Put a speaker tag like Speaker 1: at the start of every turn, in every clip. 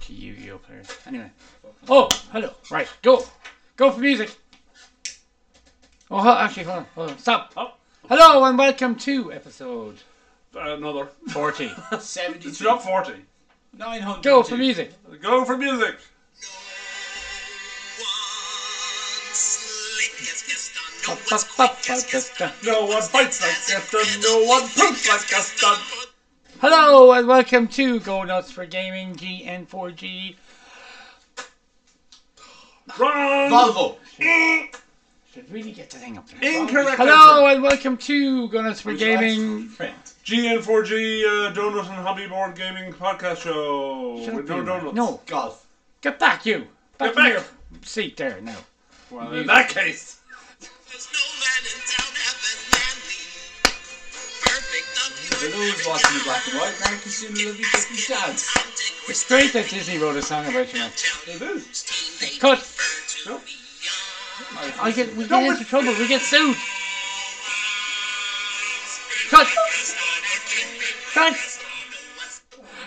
Speaker 1: to you, Yu-Gi-Oh players. Anyway. Oh, hello. Right, go. Go for music. Oh, hu- actually, hold on. Hold on. Stop.
Speaker 2: Oh,
Speaker 1: Hello and welcome to episode
Speaker 2: another.
Speaker 1: 40.
Speaker 3: 72.
Speaker 2: It's not 40.
Speaker 3: 900.
Speaker 1: Go for music.
Speaker 2: Go for music.
Speaker 1: Ba, ba, ba, ba, da, da.
Speaker 2: No one fights like us, and no one poops like us. done.
Speaker 1: Hello and welcome to Go Nuts for Gaming GN4G.
Speaker 2: Wrong.
Speaker 3: Volvo.
Speaker 2: Mm.
Speaker 1: Should really get the thing up there.
Speaker 2: Incorrect.
Speaker 1: Hello
Speaker 2: answer.
Speaker 1: and welcome to Go Nuts for Gaming.
Speaker 2: GN4G uh, Donut and Hobby Board Gaming Podcast Show.
Speaker 1: Shut
Speaker 2: With
Speaker 1: up,
Speaker 2: no
Speaker 1: you-
Speaker 2: donuts.
Speaker 1: No,
Speaker 3: Golf.
Speaker 1: get back, you. Back
Speaker 2: Get back.
Speaker 1: in your seat there now.
Speaker 2: Well, in that case.
Speaker 4: There's no man in town half as manly. Perfect of you.
Speaker 3: For those watching the black and white, Americans soon will have just be dads.
Speaker 1: It's great that Disney wrote a song about you now.
Speaker 2: It is.
Speaker 1: Cut.
Speaker 2: No.
Speaker 1: I get, we
Speaker 2: No,
Speaker 1: get into
Speaker 2: it's-
Speaker 1: trouble. We get sued. Cut. Cut.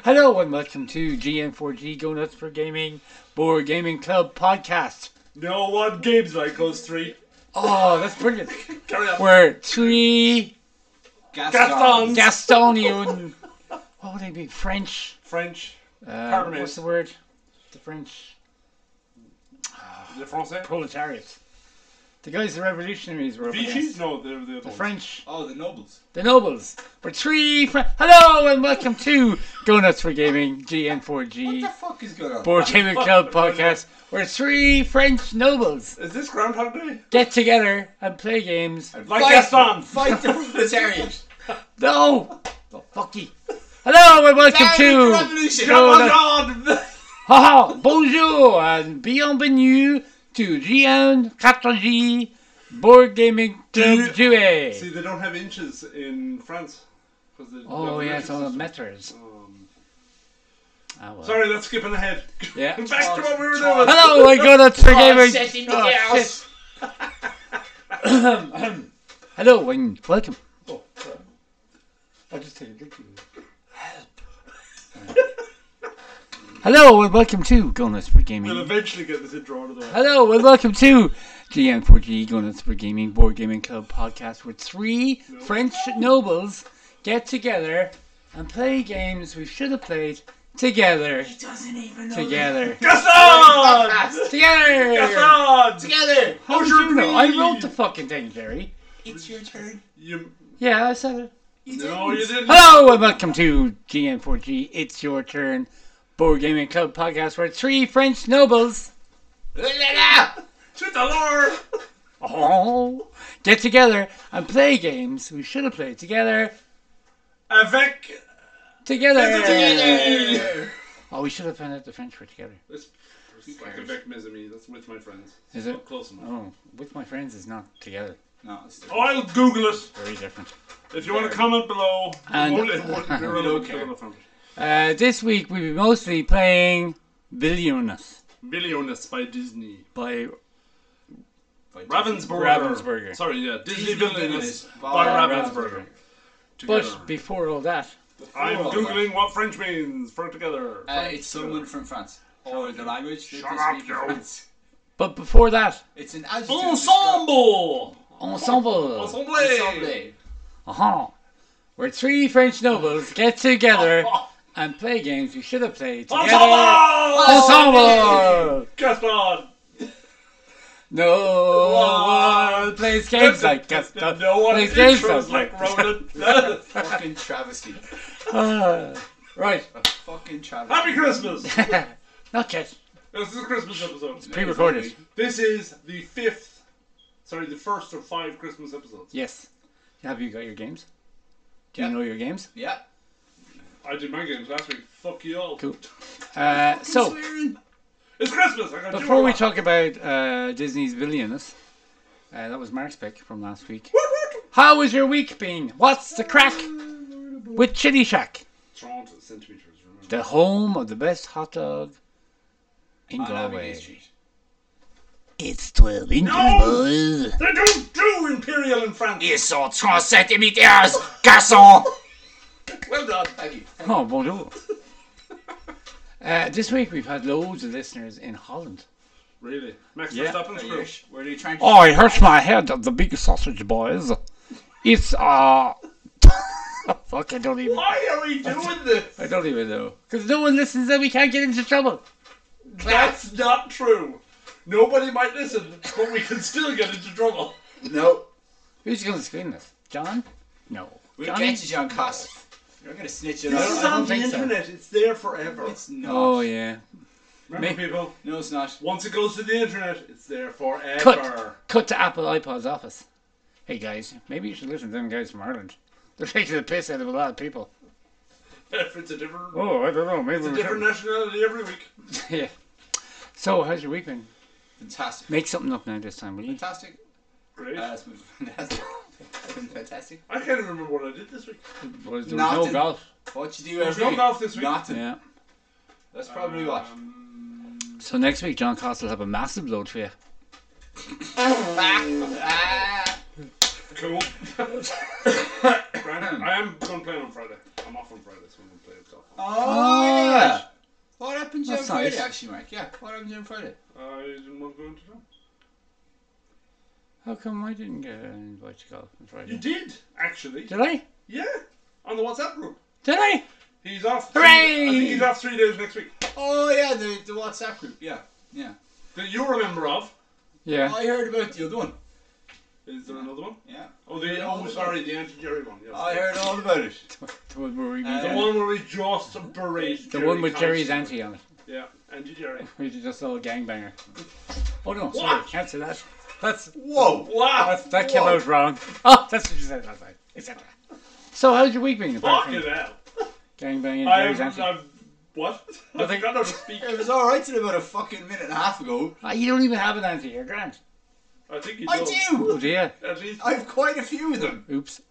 Speaker 1: Hello and welcome to GN4G Go Nuts for Gaming Board Gaming Club podcast.
Speaker 2: No one games like us three.
Speaker 1: Oh, that's brilliant.
Speaker 2: Carry on.
Speaker 1: We're three
Speaker 2: Gaston.
Speaker 1: Gastonian. What would they be? French.
Speaker 2: French.
Speaker 1: Uh,
Speaker 2: Pardon me.
Speaker 1: what's the word? The French
Speaker 2: The Francais.
Speaker 1: proletariat. The guys, the revolutionaries were up
Speaker 2: Vichy's?
Speaker 1: against.
Speaker 2: No, they're the other
Speaker 1: The
Speaker 2: ones.
Speaker 1: French.
Speaker 3: Oh, the nobles.
Speaker 1: the nobles. We're three fr- Hello and welcome to Go Nuts for Gaming
Speaker 3: What the
Speaker 1: GN4G
Speaker 3: fuck is going on?
Speaker 1: Board Gaming Club podcast. We're three French nobles
Speaker 2: Is this Groundhog Day?
Speaker 1: get together and play games.
Speaker 2: Like
Speaker 3: Fight.
Speaker 2: Gaston.
Speaker 3: Fight the proletariat.
Speaker 1: No, oh, fucky. Hello and welcome
Speaker 3: Down with the
Speaker 1: to
Speaker 3: revolution.
Speaker 1: Go
Speaker 3: Come on,
Speaker 1: nuts.
Speaker 3: on.
Speaker 1: ha ha bonjour and bienvenue to GN4G Board Gaming
Speaker 2: you-
Speaker 1: Club
Speaker 2: See,
Speaker 1: Duet.
Speaker 2: they don't have inches in France. 'cause they
Speaker 1: Oh
Speaker 2: have a
Speaker 1: yeah,
Speaker 2: metric
Speaker 1: it's all
Speaker 2: system.
Speaker 1: matters.
Speaker 2: Um,
Speaker 1: Ah, well.
Speaker 2: Sorry, that's skipping ahead.
Speaker 1: Yeah.
Speaker 2: Back to what we were
Speaker 3: Charles.
Speaker 2: doing.
Speaker 1: Hello and Go Nuts for Gaming.
Speaker 3: set in the
Speaker 1: Oh,
Speaker 3: house.
Speaker 1: shit. Hello and welcome.
Speaker 2: Oh, sorry.
Speaker 1: I just take a drink Hello and welcome to Gunners for
Speaker 2: We'll
Speaker 1: Gaming.
Speaker 2: eventually get this intro out of the way.
Speaker 1: Hello and welcome to GM4G Gunners for Gaming Board Gaming Club podcast where three French nobles get together and play games we should have played together.
Speaker 3: He doesn't even know.
Speaker 1: Together.
Speaker 2: Gaston!
Speaker 3: Podcast.
Speaker 1: Together!
Speaker 2: Gaston!
Speaker 3: Together.
Speaker 1: How did
Speaker 2: How's your
Speaker 1: you know? I
Speaker 2: breed?
Speaker 1: wrote the fucking thing, Jerry.
Speaker 3: It's your turn.
Speaker 2: You,
Speaker 1: Yeah, I said it.
Speaker 2: no, you didn't.
Speaker 1: Hello and welcome to GN4G. It's your turn, board gaming club podcast where three French nobles
Speaker 3: La, la, la.
Speaker 2: To the Lord!
Speaker 1: oh, get together and play games we should have played together.
Speaker 2: Avec.
Speaker 1: Together.
Speaker 3: Together.
Speaker 1: Oh, we should have found out the French were together.
Speaker 2: It's, it's like Avec mes amis. That's with my friends.
Speaker 1: Is it?
Speaker 2: Close enough.
Speaker 1: Oh, with my friends is not together.
Speaker 3: No, it's different.
Speaker 2: Oh, I'll Google it.
Speaker 1: Very different.
Speaker 2: If you want to comment below,
Speaker 1: And-
Speaker 2: it won't- it won't be relevant
Speaker 3: care.
Speaker 2: to what I found.
Speaker 1: Uh, this week we'll be mostly playing Billionis
Speaker 2: Billionis by Disney.
Speaker 1: by
Speaker 2: Ravensburger.
Speaker 1: Ravensburger.
Speaker 2: Sorry, yeah. Disney,
Speaker 3: Disney
Speaker 2: Billionis
Speaker 3: Billionis
Speaker 2: by
Speaker 3: by
Speaker 2: Ravensburger. Together.
Speaker 1: but before all that,
Speaker 2: I'm
Speaker 3: Before all
Speaker 2: googling what French means for together.
Speaker 3: that, Uh, it's someone from France. Or the language that
Speaker 2: Shut
Speaker 3: they
Speaker 2: up,
Speaker 3: speak
Speaker 2: you.
Speaker 3: in France.
Speaker 1: but before that,
Speaker 3: It's an adjective. to describe-
Speaker 2: Ensemble!
Speaker 1: ensemble.
Speaker 2: Ensemble!
Speaker 3: Ensemble.
Speaker 1: Uh-huh. Where three French nobles get together and play games we should have played together.
Speaker 2: Ensemble!
Speaker 1: Ensemble!
Speaker 2: Gaston!
Speaker 1: No one plays Oh, games like Gaston.
Speaker 2: No one
Speaker 1: plays games
Speaker 2: intros like Ronan.
Speaker 3: Fucking travesty.
Speaker 1: Ah, Right.
Speaker 3: Fucking travesty.
Speaker 2: Happy Christmas!
Speaker 1: Not yet.
Speaker 2: This is a Christmas episode.
Speaker 1: Pre-recorded.
Speaker 2: This is the fifth, sorry, the first of five Christmas episodes.
Speaker 1: Yes. Have you got your games? Do you
Speaker 3: Yeah.
Speaker 1: know your games?
Speaker 3: Yeah.
Speaker 2: I did my games last week. Fuck you all.
Speaker 1: Cool. Uh, so,
Speaker 3: Swearing.
Speaker 2: It's Christmas! I got
Speaker 1: before we
Speaker 2: Joe.
Speaker 1: talk about uh, Disney's Villainous, uh, that was Mark's pick from last week.
Speaker 2: Woot, woot.
Speaker 1: How has your week been? What's the crack with Chili Shack?
Speaker 2: Toronto centimeters, remember.
Speaker 1: The home of the best hot dog in
Speaker 3: On Avenue
Speaker 1: Galway.
Speaker 3: Street.
Speaker 1: It's 12 inches,
Speaker 2: No! They don't do imperial in France!
Speaker 1: Ils sont 30 centimeters, garçon!
Speaker 3: Well done. Thank you.
Speaker 1: Oh, bonjour. Uh, this week we've had loads of listeners in Holland.
Speaker 2: Really? Max
Speaker 1: Yeah.
Speaker 2: Verstappen's crew.
Speaker 3: Irish. Were they trying to?
Speaker 1: Oh, it hurts my head. The big sausage boys. It's uh, fuck. I don't even.
Speaker 2: Why are we doing this?
Speaker 1: I don't even know. Because no one listens, and we can't get into trouble.
Speaker 2: That's not true. Nobody might listen, but we can still get into trouble.
Speaker 3: No,
Speaker 1: Who's going to screen this? John? No.
Speaker 3: we
Speaker 1: Johnny?
Speaker 3: get you, John Cost. You're gonna snitch it
Speaker 2: This
Speaker 1: I
Speaker 2: is
Speaker 1: don't
Speaker 2: on
Speaker 3: up.
Speaker 2: the
Speaker 1: think so.
Speaker 2: internet. It's there forever.
Speaker 3: It's not.
Speaker 1: Oh yeah.
Speaker 2: Remember,
Speaker 1: Me-
Speaker 2: people,
Speaker 3: No, it's not.
Speaker 2: once it goes to the internet, it's there forever.
Speaker 1: Cut. Cut to Apple iPod's office. Hey guys, maybe you should listen to them guys from Ireland. They're taking the piss out of a lot of people.
Speaker 2: If it's a different,
Speaker 1: Oh, I don't know. Maybe
Speaker 2: it's a
Speaker 1: we
Speaker 2: different nationality every week.
Speaker 1: should- yeah. So, how's your week been?
Speaker 3: Fantastic.
Speaker 1: Make something up now this time, will you?
Speaker 3: Fantastic.
Speaker 2: Great.
Speaker 3: Uh, that's been fantastic. That's been fantastic.
Speaker 2: I can't even remember what I did this week.
Speaker 1: Was there was no
Speaker 3: Nothing.
Speaker 1: golf?
Speaker 3: What you do
Speaker 2: There's
Speaker 3: every
Speaker 2: no
Speaker 3: week? Um,
Speaker 2: golf this week.
Speaker 3: Nothing.
Speaker 1: Yeah.
Speaker 3: That's probably what.
Speaker 1: So next week, John Cost will have a massive load for you.
Speaker 3: Ah,
Speaker 2: Cool. Grand. I am going playing on Friday. I'm off on Friday, so I'm going to play with golf.
Speaker 3: oh yeah. What happened to you on
Speaker 1: That's
Speaker 3: Friday?
Speaker 1: nice.
Speaker 3: Actually, Mike. Yeah. What happened to you on Friday?
Speaker 2: I didn't want to go into town.
Speaker 1: How come I didn't get an invite to golf on Friday?
Speaker 2: You did, actually.
Speaker 1: Did I?
Speaker 2: Yeah. On the WhatsApp group.
Speaker 1: Did I?
Speaker 2: He's off.
Speaker 1: Hooray!
Speaker 2: I think he's off three days next week.
Speaker 3: Oh yeah, the the WhatsApp group. Yeah. Yeah.
Speaker 2: That you remember of.
Speaker 1: Yeah.
Speaker 3: I heard about the other one.
Speaker 2: Is there another one?
Speaker 3: Yeah.
Speaker 2: Oh, the oh, sorry, the anti Jerry one. Yes.
Speaker 3: I heard all about it.
Speaker 1: The one where we
Speaker 3: Uh,
Speaker 2: the
Speaker 1: did-
Speaker 2: one where we just berate.
Speaker 1: the one with Jerry's
Speaker 2: Constantine.
Speaker 1: auntie on it.
Speaker 2: Yeah, anti Jerry.
Speaker 1: We did just a little gangbanger. Oh no, sorry,
Speaker 2: What?
Speaker 1: cancel that. That's
Speaker 3: Whoa.
Speaker 2: Wow.
Speaker 1: that's that came
Speaker 3: Whoa.
Speaker 1: out wrong. Oh, that's what you said last night, etc. So how's your week been? Apart
Speaker 2: Fucking
Speaker 1: from
Speaker 2: hell.
Speaker 1: gangbanging,
Speaker 2: I
Speaker 1: Jerry's
Speaker 2: have.
Speaker 1: auntie.
Speaker 2: I've, what? I
Speaker 1: Nothing.
Speaker 2: forgot how to speak.
Speaker 3: It was all right till about a fucking minute and a half ago.
Speaker 1: Ah, you don't even have an auntie, you're grand.
Speaker 2: I think he
Speaker 3: I
Speaker 2: does.
Speaker 1: Oh
Speaker 3: do.
Speaker 1: dear.
Speaker 2: At least.
Speaker 3: I've quite a few of them.
Speaker 1: Oops.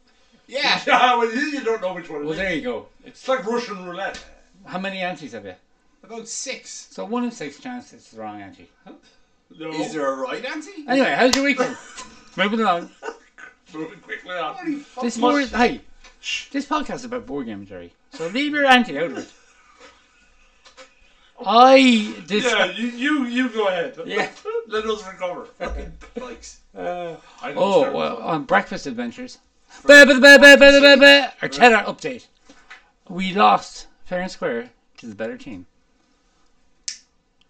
Speaker 3: Yeah.
Speaker 2: Yeah, well, you you don't know which one it
Speaker 1: Well,
Speaker 2: is.
Speaker 1: there you go.
Speaker 2: It's like Russian roulette.
Speaker 1: How many aunties have you?
Speaker 3: About six.
Speaker 1: So one in six chance it's the wrong auntie.
Speaker 2: No.
Speaker 3: Is there a right, Auntie?
Speaker 1: Anyway, how's your week been? Moving along.
Speaker 2: Moving quickly on.
Speaker 3: Holy fuck.
Speaker 1: This more hey, this podcast is about board games, Jerry. So leave your auntie out of it. I this
Speaker 2: Yeah, you, you you go ahead.
Speaker 1: Yeah.
Speaker 2: Let us recover.
Speaker 3: Likes.
Speaker 2: I don't
Speaker 1: Oh,
Speaker 2: care.
Speaker 1: well, on Breakfast Adventures. Ba- ba- ba- ba- ba- ba- ba- Our 10 hour update. We lost fair and square to the better team.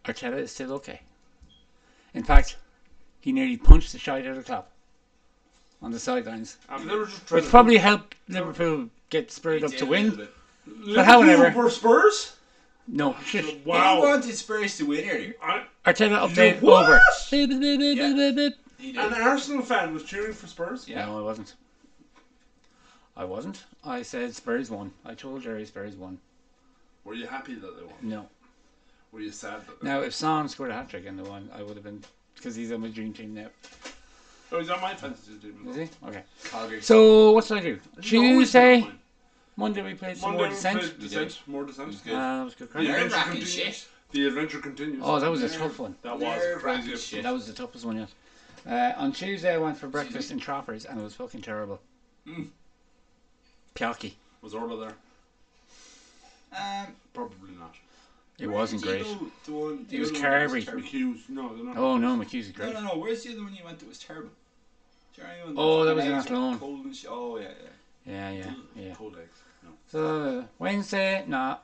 Speaker 1: Arteta is still okay. In fact, he nearly punched the shite out of Klopp on the sidelines,
Speaker 2: Um, they were just trying
Speaker 1: which
Speaker 2: to-
Speaker 1: probably helped Liverpool get spurred up
Speaker 3: Did
Speaker 1: to
Speaker 3: a little
Speaker 1: win.
Speaker 3: bit.
Speaker 2: Liverpool
Speaker 1: however-
Speaker 2: were Spurs.
Speaker 1: No, shit.
Speaker 3: He
Speaker 2: Wow.
Speaker 3: wanted Spurs to win earlier.
Speaker 2: I,
Speaker 1: Arteta update
Speaker 2: what?
Speaker 1: over. Beep, beep, beep, beep,
Speaker 3: Yeah.
Speaker 1: beep, beep.
Speaker 3: He
Speaker 2: an
Speaker 3: did.
Speaker 2: Arsenal fan was cheering for Spurs.
Speaker 3: Yeah.
Speaker 1: No, I wasn't. I wasn't. I said Spurs won. I told Jerry Spurs won.
Speaker 2: Were you happy that they won?
Speaker 1: No.
Speaker 2: Were you sad that they won?
Speaker 1: Now, if Son scored a hat trick in the one, I would have been because he's on my dream team now.
Speaker 2: Oh, is that my fantasy team? as well?
Speaker 1: Is he? Okay.
Speaker 3: Calgary.
Speaker 1: So what should I do?
Speaker 2: It's always been
Speaker 1: Tuesday,
Speaker 2: on mine.
Speaker 1: Monday we played some
Speaker 2: Monday
Speaker 1: more
Speaker 2: we
Speaker 1: descent.
Speaker 2: played Descent. More descent.
Speaker 3: good.
Speaker 1: Uh, that was good crack.
Speaker 2: The adventure
Speaker 3: Nerve-wracking
Speaker 2: continues.
Speaker 3: shit.
Speaker 2: The adventure continues.
Speaker 1: Oh, that was a tough one.
Speaker 2: That was a
Speaker 3: Nerve-wracking
Speaker 2: crazy.
Speaker 3: shit.
Speaker 1: That was the toughest one yet. Uh, on Tuesday I went for breakfast in Trafford's and it was fucking terrible.
Speaker 2: Mm.
Speaker 1: Pialki.
Speaker 2: Was Orla there?
Speaker 3: Um,
Speaker 2: Probably not.
Speaker 1: It wasn't
Speaker 3: where
Speaker 1: great.
Speaker 3: did you go? The one, the
Speaker 1: It was
Speaker 3: other one that
Speaker 1: Carberry.
Speaker 3: terrible?
Speaker 2: Hughes. No, they're not.
Speaker 1: Oh no, McHugh's is
Speaker 3: No,
Speaker 1: great.
Speaker 3: no, no. Where's the other one you went that was terrible? Do you remember when
Speaker 1: Oh,
Speaker 3: the
Speaker 1: that was in
Speaker 3: legs were
Speaker 1: Athlone.
Speaker 3: cold and shit? Oh, yeah,
Speaker 1: Yeah,
Speaker 3: yeah.
Speaker 1: yeah, yeah.
Speaker 2: Cold eggs. No.
Speaker 1: So Wednesday, nah,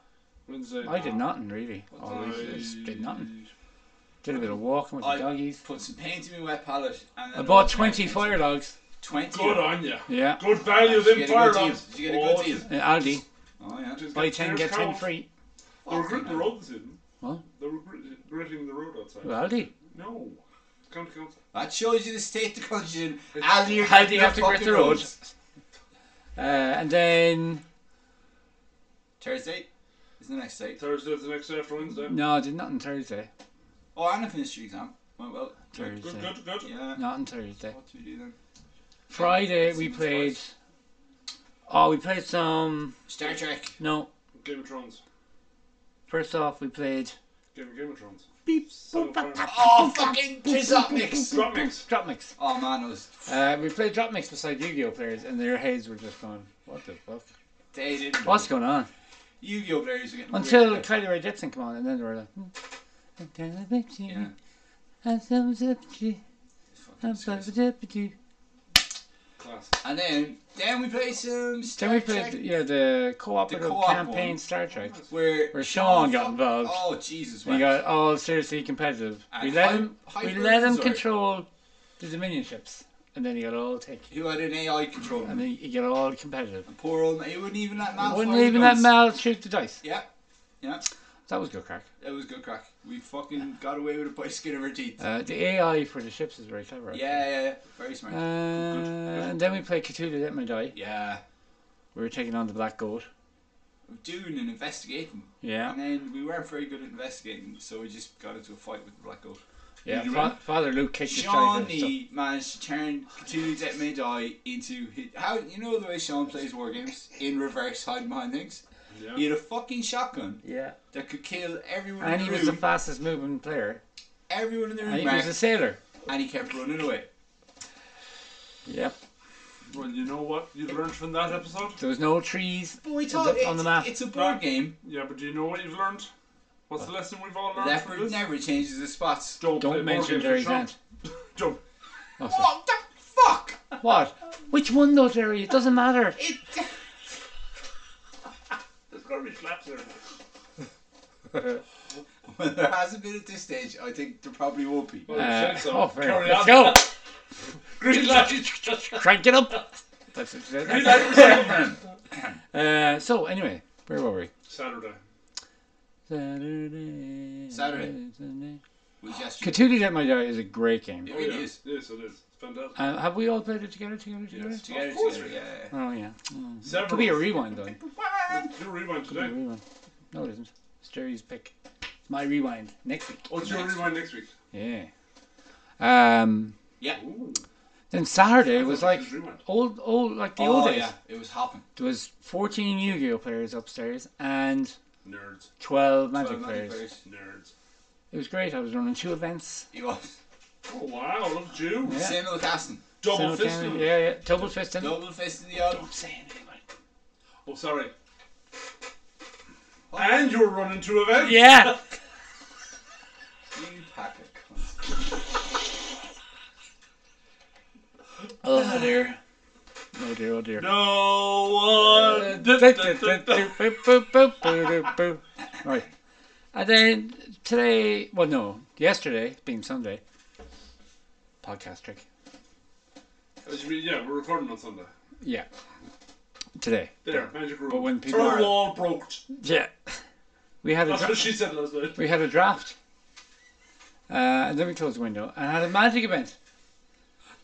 Speaker 2: Wednesday.
Speaker 1: I did
Speaker 2: no.
Speaker 1: nothing really. Oh, I just did nothing.
Speaker 2: I-
Speaker 1: Did a bit of walking with the
Speaker 3: I-
Speaker 1: doggies.
Speaker 3: Put some paint in my wet palette. And
Speaker 1: I
Speaker 3: then
Speaker 1: bought
Speaker 3: all-
Speaker 1: 20 fire dogs.
Speaker 3: 20.
Speaker 2: Good on you.
Speaker 1: Yeah.
Speaker 2: Good value.
Speaker 3: Did you
Speaker 2: Them
Speaker 3: get a good
Speaker 2: fire
Speaker 3: deal?
Speaker 2: dogs.
Speaker 3: Did you get a good deal?
Speaker 1: In Aldi.
Speaker 3: Oh, yeah.
Speaker 2: Just
Speaker 1: Buy 10, get 10
Speaker 2: discounts.
Speaker 1: free.
Speaker 2: They were gritting the road this evening.
Speaker 1: What?
Speaker 2: They were grit- gritting the road outside.
Speaker 1: Aldi.
Speaker 2: No. County Council.
Speaker 3: That shows you the state the country's in. Aldi,
Speaker 1: How do you have to
Speaker 3: fucking
Speaker 1: grit the road? Uh, and then
Speaker 3: Thursday is the next day.
Speaker 2: Thursday's the next day after Wednesday.
Speaker 1: no, I did not on Thursday.
Speaker 3: Oh, and I finished your exam. Went well.
Speaker 1: Thursday,
Speaker 2: Good, good, good.
Speaker 3: Yeah.
Speaker 1: not on Thursday.
Speaker 3: What do we do then?
Speaker 1: Friday we
Speaker 3: Seems
Speaker 1: played.
Speaker 3: twice.
Speaker 1: Oh, we played some.
Speaker 3: Star Trek.
Speaker 1: No,
Speaker 2: Game of Thrones.
Speaker 1: first off we played.
Speaker 2: Game, Game of Thrones.
Speaker 1: Beep,
Speaker 2: Son
Speaker 1: boop,
Speaker 2: of
Speaker 1: bop,
Speaker 2: a-
Speaker 1: bop,
Speaker 3: Oh, fucking piss up mix.
Speaker 2: Drop mix.
Speaker 1: drop mix.
Speaker 3: Oh man, it was.
Speaker 1: Uh, we played drop mix beside Yu-Gi-Oh players, and their heads were just going. What the fuck?
Speaker 3: They didn't.
Speaker 1: What's going on?
Speaker 3: Yu-Gi-Oh players are getting
Speaker 1: Until
Speaker 3: weird.
Speaker 1: Kylie Rae Jepsen come on, and then they were like, hmm, I'm telling you,
Speaker 3: yeah,
Speaker 1: I'm so zippy,
Speaker 3: it's
Speaker 1: I'm
Speaker 3: fucking
Speaker 1: so
Speaker 3: serious.
Speaker 1: zippy.
Speaker 2: Class.
Speaker 3: and then then we play some Star
Speaker 1: Then we
Speaker 3: Trek
Speaker 1: played yeah the cooperative
Speaker 3: The co-op
Speaker 1: campaign
Speaker 3: one.
Speaker 1: Star Trek.
Speaker 3: where
Speaker 1: where Sean got
Speaker 3: fuck-
Speaker 1: involved.
Speaker 3: Oh Jesus!
Speaker 1: We
Speaker 3: Wow.
Speaker 1: got all seriously competitive. We
Speaker 3: And
Speaker 1: let
Speaker 3: Uh, hy-
Speaker 1: him we
Speaker 3: hyper
Speaker 1: let him
Speaker 3: sorry.
Speaker 1: control the Dominion ships, and then he got all tick,
Speaker 3: Who had an AI control?
Speaker 1: and then he got all competitive.
Speaker 3: Poor old he wouldn't even let Malfoy.
Speaker 1: Wouldn't even let
Speaker 3: guns.
Speaker 1: Mal shoot the dice.
Speaker 3: Yeah, yeah,
Speaker 1: That was good crack.
Speaker 3: that was good crack. We fucking got away with it by the skin of our teeth.
Speaker 1: Uh, the AI for the ships is very clever. actually.
Speaker 3: yeah, yeah, yeah, very smart.
Speaker 1: Uh, and then we played Cthulhu Let Me Die.
Speaker 3: yeah,
Speaker 1: We were taking on the Black Goat.
Speaker 3: doing and investigating.
Speaker 1: Yeah.
Speaker 3: And then we weren't very good at investigating, so we just got into a fight with the black goat.
Speaker 1: Yeah.
Speaker 2: you
Speaker 1: Fa-
Speaker 2: win?
Speaker 1: Father Luke kicked his driver. So.
Speaker 3: Shawnee managed to turn Cthulhu Dead May Die into his, how you know the way Sean plays war games in reverse hide behind things.
Speaker 2: Yeah.
Speaker 3: He had a fucking shotgun
Speaker 1: Yeah.
Speaker 3: that could kill everyone
Speaker 1: And
Speaker 3: in
Speaker 1: he
Speaker 3: the
Speaker 1: was the
Speaker 3: room.
Speaker 1: fastest moving player.
Speaker 3: everyone in the room,
Speaker 1: And he
Speaker 3: Mark,
Speaker 1: was a sailor.
Speaker 3: and he kept running away.
Speaker 1: Yep.
Speaker 2: Well, you know what you learned from that episode?
Speaker 1: There was no trees.
Speaker 3: But we thought
Speaker 1: it- on the map.
Speaker 3: it's a board game.
Speaker 2: Yeah, but do you know what you've learned? What's the lesson we've all learned from
Speaker 3: Leopard
Speaker 2: this?
Speaker 3: never changes his spots.
Speaker 2: Don't, play
Speaker 1: Don't
Speaker 2: board
Speaker 1: mention
Speaker 2: games with
Speaker 1: Jerry's
Speaker 2: Sean.
Speaker 1: aunt.
Speaker 2: Don't.
Speaker 1: Oh, sorry.
Speaker 3: What the fuck?
Speaker 1: What? Which one though, Jerry? It doesn't matter.
Speaker 3: It.
Speaker 2: There's gonna be slaps there.
Speaker 1: Uh,
Speaker 3: Well, there hasn't been at this stage. I think there probably won't be.
Speaker 2: Well,
Speaker 1: Uh,
Speaker 2: it said so.
Speaker 1: oh, fair.
Speaker 2: Carry
Speaker 1: Let's
Speaker 2: on.
Speaker 1: go.
Speaker 2: Green light.
Speaker 1: Crank it up. That's it.
Speaker 2: Green
Speaker 1: That's
Speaker 2: light. reserve.
Speaker 1: it. Uh, so anyway, where were we?
Speaker 2: Saturday.
Speaker 1: Saturday.
Speaker 3: Saturday. We just.
Speaker 1: Cthulhu Dead My Die is a great game.
Speaker 3: It
Speaker 2: Oh,
Speaker 3: really
Speaker 2: yeah.
Speaker 3: is.
Speaker 2: Yes, it is. It's fantastic.
Speaker 1: Uh, have we all played it together? Together? Together?
Speaker 2: Yes.
Speaker 3: Together,
Speaker 2: Of course
Speaker 3: together,
Speaker 2: we
Speaker 3: yeah.
Speaker 2: are.
Speaker 3: yeah.
Speaker 1: Oh yeah. Mm.
Speaker 2: Several.
Speaker 1: Could be a rewind though. Could
Speaker 2: Do a rewind
Speaker 1: be a
Speaker 2: today.
Speaker 1: rewind. No, it isn't. It's Jerry's pick. It's my rewind next week.
Speaker 2: What's your
Speaker 3: Next.
Speaker 2: rewind next week?
Speaker 1: Yeah. Um.
Speaker 2: Ooh.
Speaker 1: Then Saturday was
Speaker 2: thought
Speaker 1: like
Speaker 2: it was rewind.
Speaker 1: old, old like the er old
Speaker 3: Oh,
Speaker 1: days.
Speaker 3: yeah. It was hopping.
Speaker 1: There was 14 Yu-Gi-Oh players upstairs and
Speaker 2: Nerds.
Speaker 1: 12 Magic
Speaker 3: 12
Speaker 1: players.
Speaker 2: Nerds.
Speaker 1: It was great. I was running two events.
Speaker 3: He was.
Speaker 2: Oh wow, look at you.
Speaker 1: Yeah.
Speaker 3: Samuel Caston.
Speaker 2: Double
Speaker 1: Simultaneous-
Speaker 2: fisted.
Speaker 1: Yeah, yeah. Double fisting.
Speaker 3: Double fist in the odd.
Speaker 1: Don't say anything about it.
Speaker 2: Oh sorry. And you're running two events.
Speaker 1: Yeah.
Speaker 3: You pack of cunts.
Speaker 1: oh dear. Oh dear. Oh dear.
Speaker 2: No
Speaker 1: Uh,
Speaker 2: one. Du- du- du- du- du-
Speaker 1: right. And then today, well, no, yesterday being Sunday, podcast trick.
Speaker 2: As we- Yeah, we're recording on Sunday.
Speaker 1: Yeah. Today.
Speaker 2: There, magic rule.
Speaker 1: But when people
Speaker 2: Third
Speaker 1: are-
Speaker 2: wall broke.
Speaker 1: Yeah. We had a
Speaker 2: That's
Speaker 1: dra-
Speaker 2: what she said last night.
Speaker 1: we had a draft. Uh, and then we closed the window and had a magic event.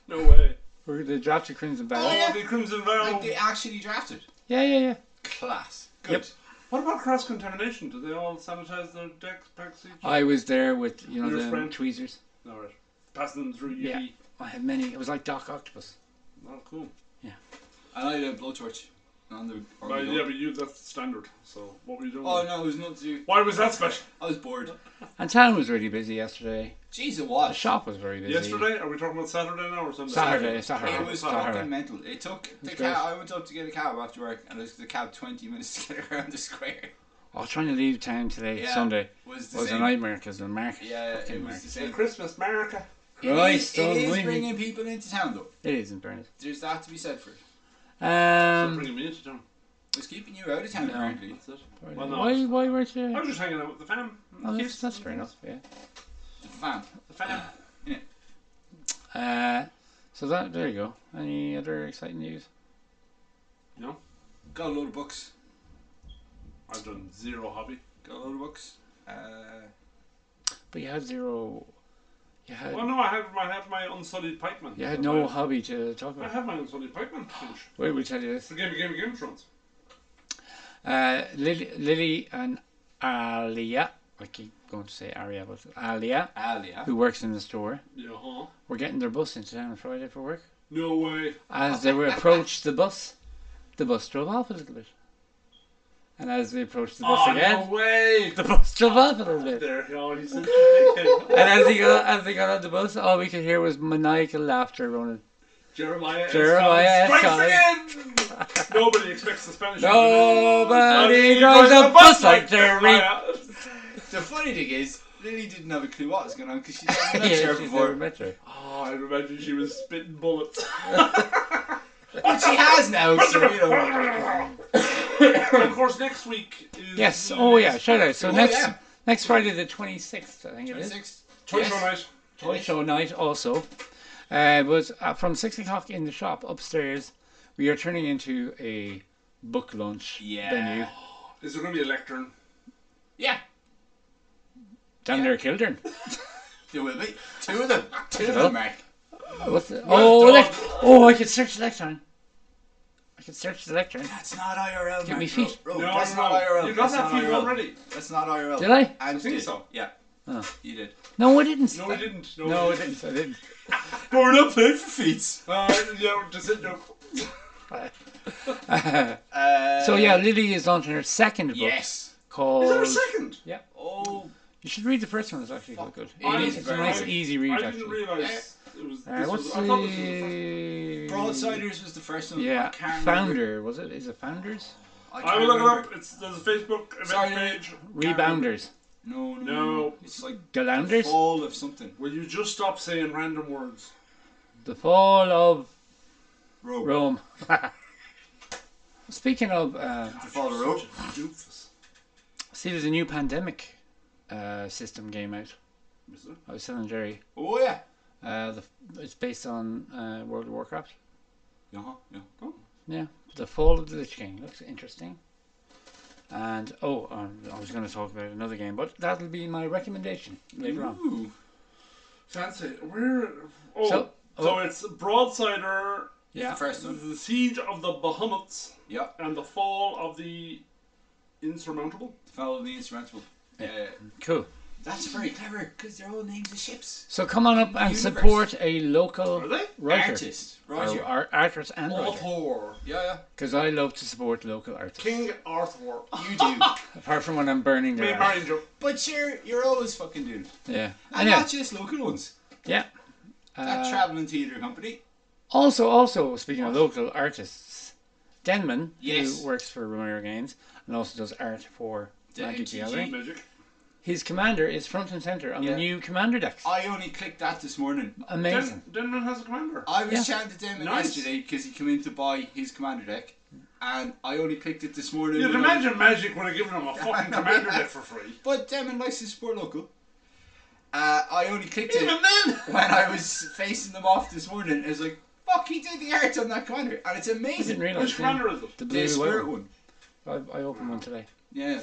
Speaker 2: No way.
Speaker 1: Where the draft of Crimson Battle.
Speaker 3: Oh,
Speaker 2: Oh,
Speaker 3: yeah.
Speaker 2: the Crimson Veil.
Speaker 3: Like, they actually drafted.
Speaker 1: Yeah, yeah, yeah.
Speaker 3: Class. Good.
Speaker 1: Yep.
Speaker 2: What about cross contamination? Do they all sanitize their decks, packs, each?
Speaker 1: I was there with you know
Speaker 2: Your
Speaker 1: the
Speaker 2: friend?
Speaker 1: tweezers.
Speaker 2: All right. Passing them through UV.
Speaker 1: Yeah. I had many. It was like Doc Octopus.
Speaker 2: Not cool.
Speaker 3: And I had a blowtorch. On the,
Speaker 2: But,
Speaker 3: on the
Speaker 2: Uh, yeah, but you, that's standard. So what were you doing?
Speaker 3: Oh no, it was not to.
Speaker 2: Why was that special?
Speaker 3: I was bored.
Speaker 1: And town was really busy yesterday.
Speaker 3: Jeez, it
Speaker 1: The
Speaker 3: was.
Speaker 1: shop was very busy.
Speaker 2: Yesterday? Are we talking about Saturday now or Sunday?
Speaker 1: Saturday, Saturday.
Speaker 3: It was
Speaker 1: Sahara.
Speaker 3: fucking mental. It took the
Speaker 1: That's
Speaker 3: cab. I went up to get a cab after work, and it took the cab twenty minutes to get around the square.
Speaker 1: I was trying to leave town today,
Speaker 3: Yeah,
Speaker 1: Sunday.
Speaker 3: Was the
Speaker 1: was
Speaker 3: same.
Speaker 1: a nightmare because the market.
Speaker 3: Yeah,
Speaker 1: fucking
Speaker 3: it was
Speaker 1: market.
Speaker 3: the
Speaker 2: The
Speaker 3: same.
Speaker 2: Christmas America.
Speaker 1: Christ
Speaker 3: it is, it is
Speaker 1: almighty.
Speaker 3: bringing people into town though.
Speaker 1: It is in fairness.
Speaker 3: There's that to be said for it.
Speaker 2: Stop
Speaker 1: Um,
Speaker 2: bringing me into town.
Speaker 3: It's keeping you out of town
Speaker 1: No.
Speaker 3: apparently.
Speaker 2: That's it. Why not?
Speaker 1: why, why weren't
Speaker 2: I
Speaker 1: you?
Speaker 2: was just hanging out with the fam. and the
Speaker 1: Oh, that's,
Speaker 2: kids
Speaker 1: that's
Speaker 2: and
Speaker 1: fair enough.
Speaker 2: things.
Speaker 1: Yeah.
Speaker 3: The fam.
Speaker 2: The fam.
Speaker 1: Uh, so that there you go. Any other exciting news?
Speaker 3: Got a load of books.
Speaker 2: I've done zero hobby.
Speaker 3: Got a load of books. Uh,
Speaker 1: But you had zero. You had
Speaker 2: Well, no, I have my, I have my unsullied pikeman.
Speaker 1: you had no
Speaker 2: I-
Speaker 1: hobby to talk
Speaker 2: I
Speaker 1: about.
Speaker 2: have my unsullied pikeman finish.
Speaker 1: Wait, we tell you this.
Speaker 2: For Game of Game of Game of Thrones.
Speaker 1: Uh, Lily, Lily and Alia, I keep going to say Aria, but Alia,
Speaker 3: Alia.
Speaker 1: who works in the store,
Speaker 2: Yeah, huh?
Speaker 1: were getting their bus into town on Friday for work.
Speaker 2: No way.
Speaker 1: As they were approached the bus, the bus drove off a little bit. And as they approached the bus
Speaker 2: Oh,
Speaker 1: again,
Speaker 2: no way.
Speaker 1: the bus drove off a little bit.
Speaker 2: There, oh, he's such a dickhead.
Speaker 1: And as they, got, as they got on the bus, all we could hear was maniacal laughter running.
Speaker 2: Jeremiah. S.
Speaker 1: Jeremiah S.
Speaker 2: Collins Strikes again! Nobody expects the Spanish.
Speaker 1: Nobody drives a bus like Jerry.
Speaker 3: The funny thing is, Lily didn't have a clue what was going on because she didn't
Speaker 1: Yeah,
Speaker 3: met her
Speaker 1: she's never
Speaker 3: before.
Speaker 1: met her.
Speaker 2: Oh, I imagine she was spitting bullets.
Speaker 3: But she has now, so you know.
Speaker 2: of course, next week is.
Speaker 1: Yes. Oh yeah. Shout out. So
Speaker 3: Oh,
Speaker 1: next
Speaker 3: yeah.
Speaker 1: next Friday the twenty sixth, I think it is.
Speaker 3: Six.
Speaker 2: Toy
Speaker 3: Yes.
Speaker 2: Show Night.
Speaker 1: Toy show night also uh, was uh, from six o'clock in the shop upstairs. We are turning into a book launch
Speaker 3: Yeah.
Speaker 1: venue
Speaker 2: Is there going to be a lectern?
Speaker 3: Yeah,
Speaker 1: down there, at Kildern.
Speaker 3: there will be two of them. Two of them, Mark.
Speaker 1: What's the, oh,
Speaker 3: dog.
Speaker 1: elect- oh, I could search the lectern. I could search the lectern.
Speaker 3: That's not IRL. Give
Speaker 1: me feet.
Speaker 3: Bro,
Speaker 2: No,
Speaker 3: Oh, that's
Speaker 2: no,
Speaker 3: not
Speaker 2: no.
Speaker 3: IRL.
Speaker 2: You got
Speaker 3: that's
Speaker 2: that
Speaker 3: not
Speaker 2: feet
Speaker 3: IRL.
Speaker 2: already.
Speaker 3: That's not IRL.
Speaker 1: Did I?
Speaker 3: And
Speaker 2: think
Speaker 3: did.
Speaker 2: so.
Speaker 3: Yeah.
Speaker 1: Oh.
Speaker 3: You did.
Speaker 1: No, I didn't.
Speaker 2: No, we didn't. No,
Speaker 1: No,
Speaker 2: we
Speaker 1: I didn't. I didn't.
Speaker 3: But we're not playing for feet.
Speaker 2: Uh, yeah, just it, no.
Speaker 3: Uh,
Speaker 1: So yeah, Lily is launching her second book
Speaker 3: Yes.
Speaker 1: called.
Speaker 2: Is there a second?
Speaker 1: Yeah,
Speaker 3: Oh,
Speaker 1: you should read the first one. It's actually quite good.
Speaker 3: It is
Speaker 1: It's a
Speaker 3: very
Speaker 1: nice,
Speaker 3: good.
Speaker 1: easy read.
Speaker 2: I
Speaker 1: actually.
Speaker 2: didn't realise
Speaker 3: Eh.
Speaker 2: it was.
Speaker 1: Uh,
Speaker 2: This
Speaker 1: what's
Speaker 2: was I thought this was Eh, the first.
Speaker 1: the
Speaker 3: Broadsiders was the first one. I
Speaker 1: Yeah,
Speaker 3: can't remember.
Speaker 1: founder was it? Is it founders?
Speaker 3: I
Speaker 2: I
Speaker 3: can't
Speaker 2: will look it
Speaker 3: remember.
Speaker 2: up. It's there's a Facebook event
Speaker 3: Sorry.
Speaker 2: page.
Speaker 1: Rebounders,
Speaker 3: No, no,
Speaker 2: No.
Speaker 3: It's like
Speaker 1: Galounders,
Speaker 3: fall of something.
Speaker 2: Will you just stop saying random words?
Speaker 1: the fall of
Speaker 3: Rogue.
Speaker 1: Rome. Speaking of, uh,
Speaker 3: The fall of Rogue.
Speaker 2: Doofus.
Speaker 1: see, there's a new pandemic uh, system game out.
Speaker 2: Is there?
Speaker 1: I was telling Jerry,
Speaker 3: Oh yeah.
Speaker 1: uh, the, it's based on uh, World of Warcraft.
Speaker 3: Uh-huh, yeah.
Speaker 1: Yeah, the fall of the Lich King looks interesting. And oh, um, I was going to talk about another game, but that'll be my recommendation later
Speaker 2: Mm-hmm.
Speaker 1: on.
Speaker 3: Ooh.
Speaker 2: Fancy. Where? Oh, so,
Speaker 1: So- oh.
Speaker 2: it's Broadsider,
Speaker 1: Yeah,
Speaker 3: First one.
Speaker 2: the Siege of the Bahamuts,
Speaker 3: Yeah.
Speaker 2: and the Fall of the Insurmountable.
Speaker 3: The fall of the instrumental. Uh,
Speaker 1: cool.
Speaker 3: that's very clever because they're all names of ships.
Speaker 1: So come on up and
Speaker 3: Universe.
Speaker 1: support a local
Speaker 2: Are they?
Speaker 1: writer.
Speaker 3: Artist.
Speaker 1: Or,
Speaker 3: Roger.
Speaker 1: or artist and writer.
Speaker 2: Arthur.
Speaker 3: Yeah,
Speaker 1: Because I love to support local artists.
Speaker 2: King Arthur.
Speaker 3: yeah. You do.
Speaker 1: Apart from when I'm burning
Speaker 2: May
Speaker 1: their ass.
Speaker 2: Barringer.
Speaker 3: but sure, you're always fucking doing it.
Speaker 1: Yeah.
Speaker 3: And
Speaker 1: Anyway,
Speaker 3: not just local ones.
Speaker 1: yeah.
Speaker 3: That
Speaker 1: Uh,
Speaker 3: traveling theatre company.
Speaker 1: Also, also speaking of local artists, Denman,
Speaker 3: Yes.
Speaker 1: who works for Romero Games and also does art for
Speaker 3: The
Speaker 1: Magic the
Speaker 3: MTG.
Speaker 1: Gathering,
Speaker 2: Magic.
Speaker 1: his commander is front and center on
Speaker 3: Yeah. Oh,
Speaker 1: the new commander decks.
Speaker 3: I only clicked that this morning.
Speaker 1: Amazing.
Speaker 2: Den- Denman has a commander.
Speaker 3: I was
Speaker 1: Yeah.
Speaker 3: chatting to Damon
Speaker 2: Nice.
Speaker 3: yesterday because he came in to buy his commander deck, and I only clicked it this morning.
Speaker 2: You'd
Speaker 3: when I was-
Speaker 2: imagine Magic would have given him a fucking commander deck for free.
Speaker 3: But Damon likes to support local. Uh, I only clicked
Speaker 2: Even
Speaker 3: it
Speaker 2: then!
Speaker 3: when I was facing them off this morning. It was like, fuck, he did the art on that commander, and it's
Speaker 1: I didn't
Speaker 3: amazing.
Speaker 1: realize
Speaker 2: Which commander is it?
Speaker 1: the
Speaker 3: The
Speaker 1: blue
Speaker 3: spirit
Speaker 1: white
Speaker 3: one.
Speaker 1: one. I, I opened one today.
Speaker 3: Yeah,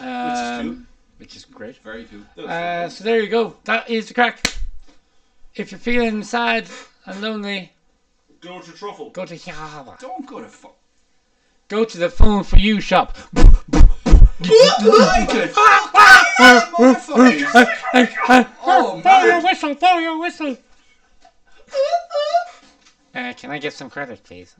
Speaker 1: Um,
Speaker 3: cool.
Speaker 1: Which is great.
Speaker 3: very cool.
Speaker 1: Uh, so there you go. That is the crack. If you're feeling sad and lonely,
Speaker 2: Go to Truffle.
Speaker 1: go to Yahoo.
Speaker 3: Don't go to fuck.
Speaker 1: Go to the phone for you shop.
Speaker 3: I could. Fuck yeah, motherfuckers. Oh,
Speaker 1: Blow your
Speaker 3: man.
Speaker 1: whistle, blow your whistle. Uh, can I get some credit, please?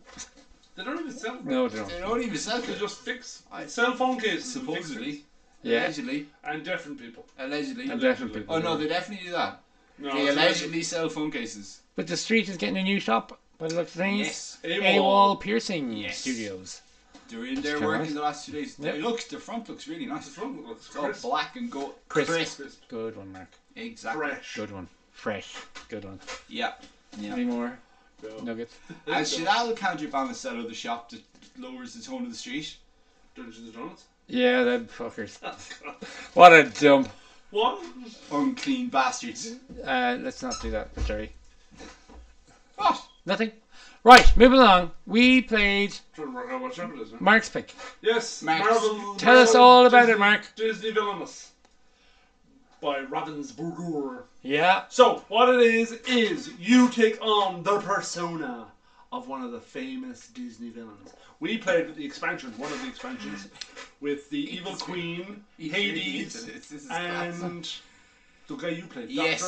Speaker 2: They don't even sell them.
Speaker 1: No, no.
Speaker 3: They don't even sell
Speaker 2: They
Speaker 3: it.
Speaker 2: just fix cell phone cases. and fix
Speaker 3: Supposedly,
Speaker 2: things.
Speaker 1: Yeah.
Speaker 3: allegedly,
Speaker 2: And different people.
Speaker 3: allegedly.
Speaker 1: And uh, different people.
Speaker 3: Oh no, they definitely do that.
Speaker 2: No,
Speaker 3: They
Speaker 2: Oh, it's
Speaker 3: allegedly sell phone cases.
Speaker 1: But the street is getting a new shop by the looks of things.
Speaker 3: Yes.
Speaker 2: AWOL.
Speaker 1: AWOL Piercing
Speaker 3: Yes.
Speaker 1: Studios.
Speaker 3: They're in there
Speaker 1: kinda
Speaker 3: working
Speaker 1: nice.
Speaker 3: the last two days.
Speaker 1: Yep.
Speaker 3: They look, the front looks really nice.
Speaker 2: It's from- it's
Speaker 3: It's all
Speaker 2: crisp.
Speaker 3: black and gold.
Speaker 1: Crisp.
Speaker 2: Crisp.
Speaker 1: Good one, Mark.
Speaker 3: Exactly.
Speaker 2: Fresh.
Speaker 1: Good one. Fresh. Good one.
Speaker 3: Yeah.
Speaker 1: Any
Speaker 3: Yeah.
Speaker 1: more
Speaker 2: No.
Speaker 1: nuggets?
Speaker 3: And should that'll counterbalance that other shop that lowers the tone of the street.
Speaker 2: Dungeons and Donuts.
Speaker 1: Yeah, them fuckers. What a dump.
Speaker 2: What?
Speaker 3: Unclean bastards.
Speaker 1: Uh, let's not do that, Jerry.
Speaker 3: What?
Speaker 1: Nothing. Right, moving along. We played
Speaker 2: Trying to work out what shop it is now.
Speaker 1: Mark's pick.
Speaker 2: Yes,
Speaker 3: Max.
Speaker 2: Marvel.
Speaker 1: Tell us
Speaker 2: Marvel
Speaker 1: all about it,
Speaker 2: Disney-
Speaker 1: Mark.
Speaker 2: Disney Villainous by Ravensburger.
Speaker 1: Yeah.
Speaker 2: So, what it is, is you take on the persona of one of the famous Disney villains. We played the expansion, one of the expansions, with the Evil Queen, Hades,
Speaker 3: This is class.
Speaker 2: and the guy you played,
Speaker 3: Yes.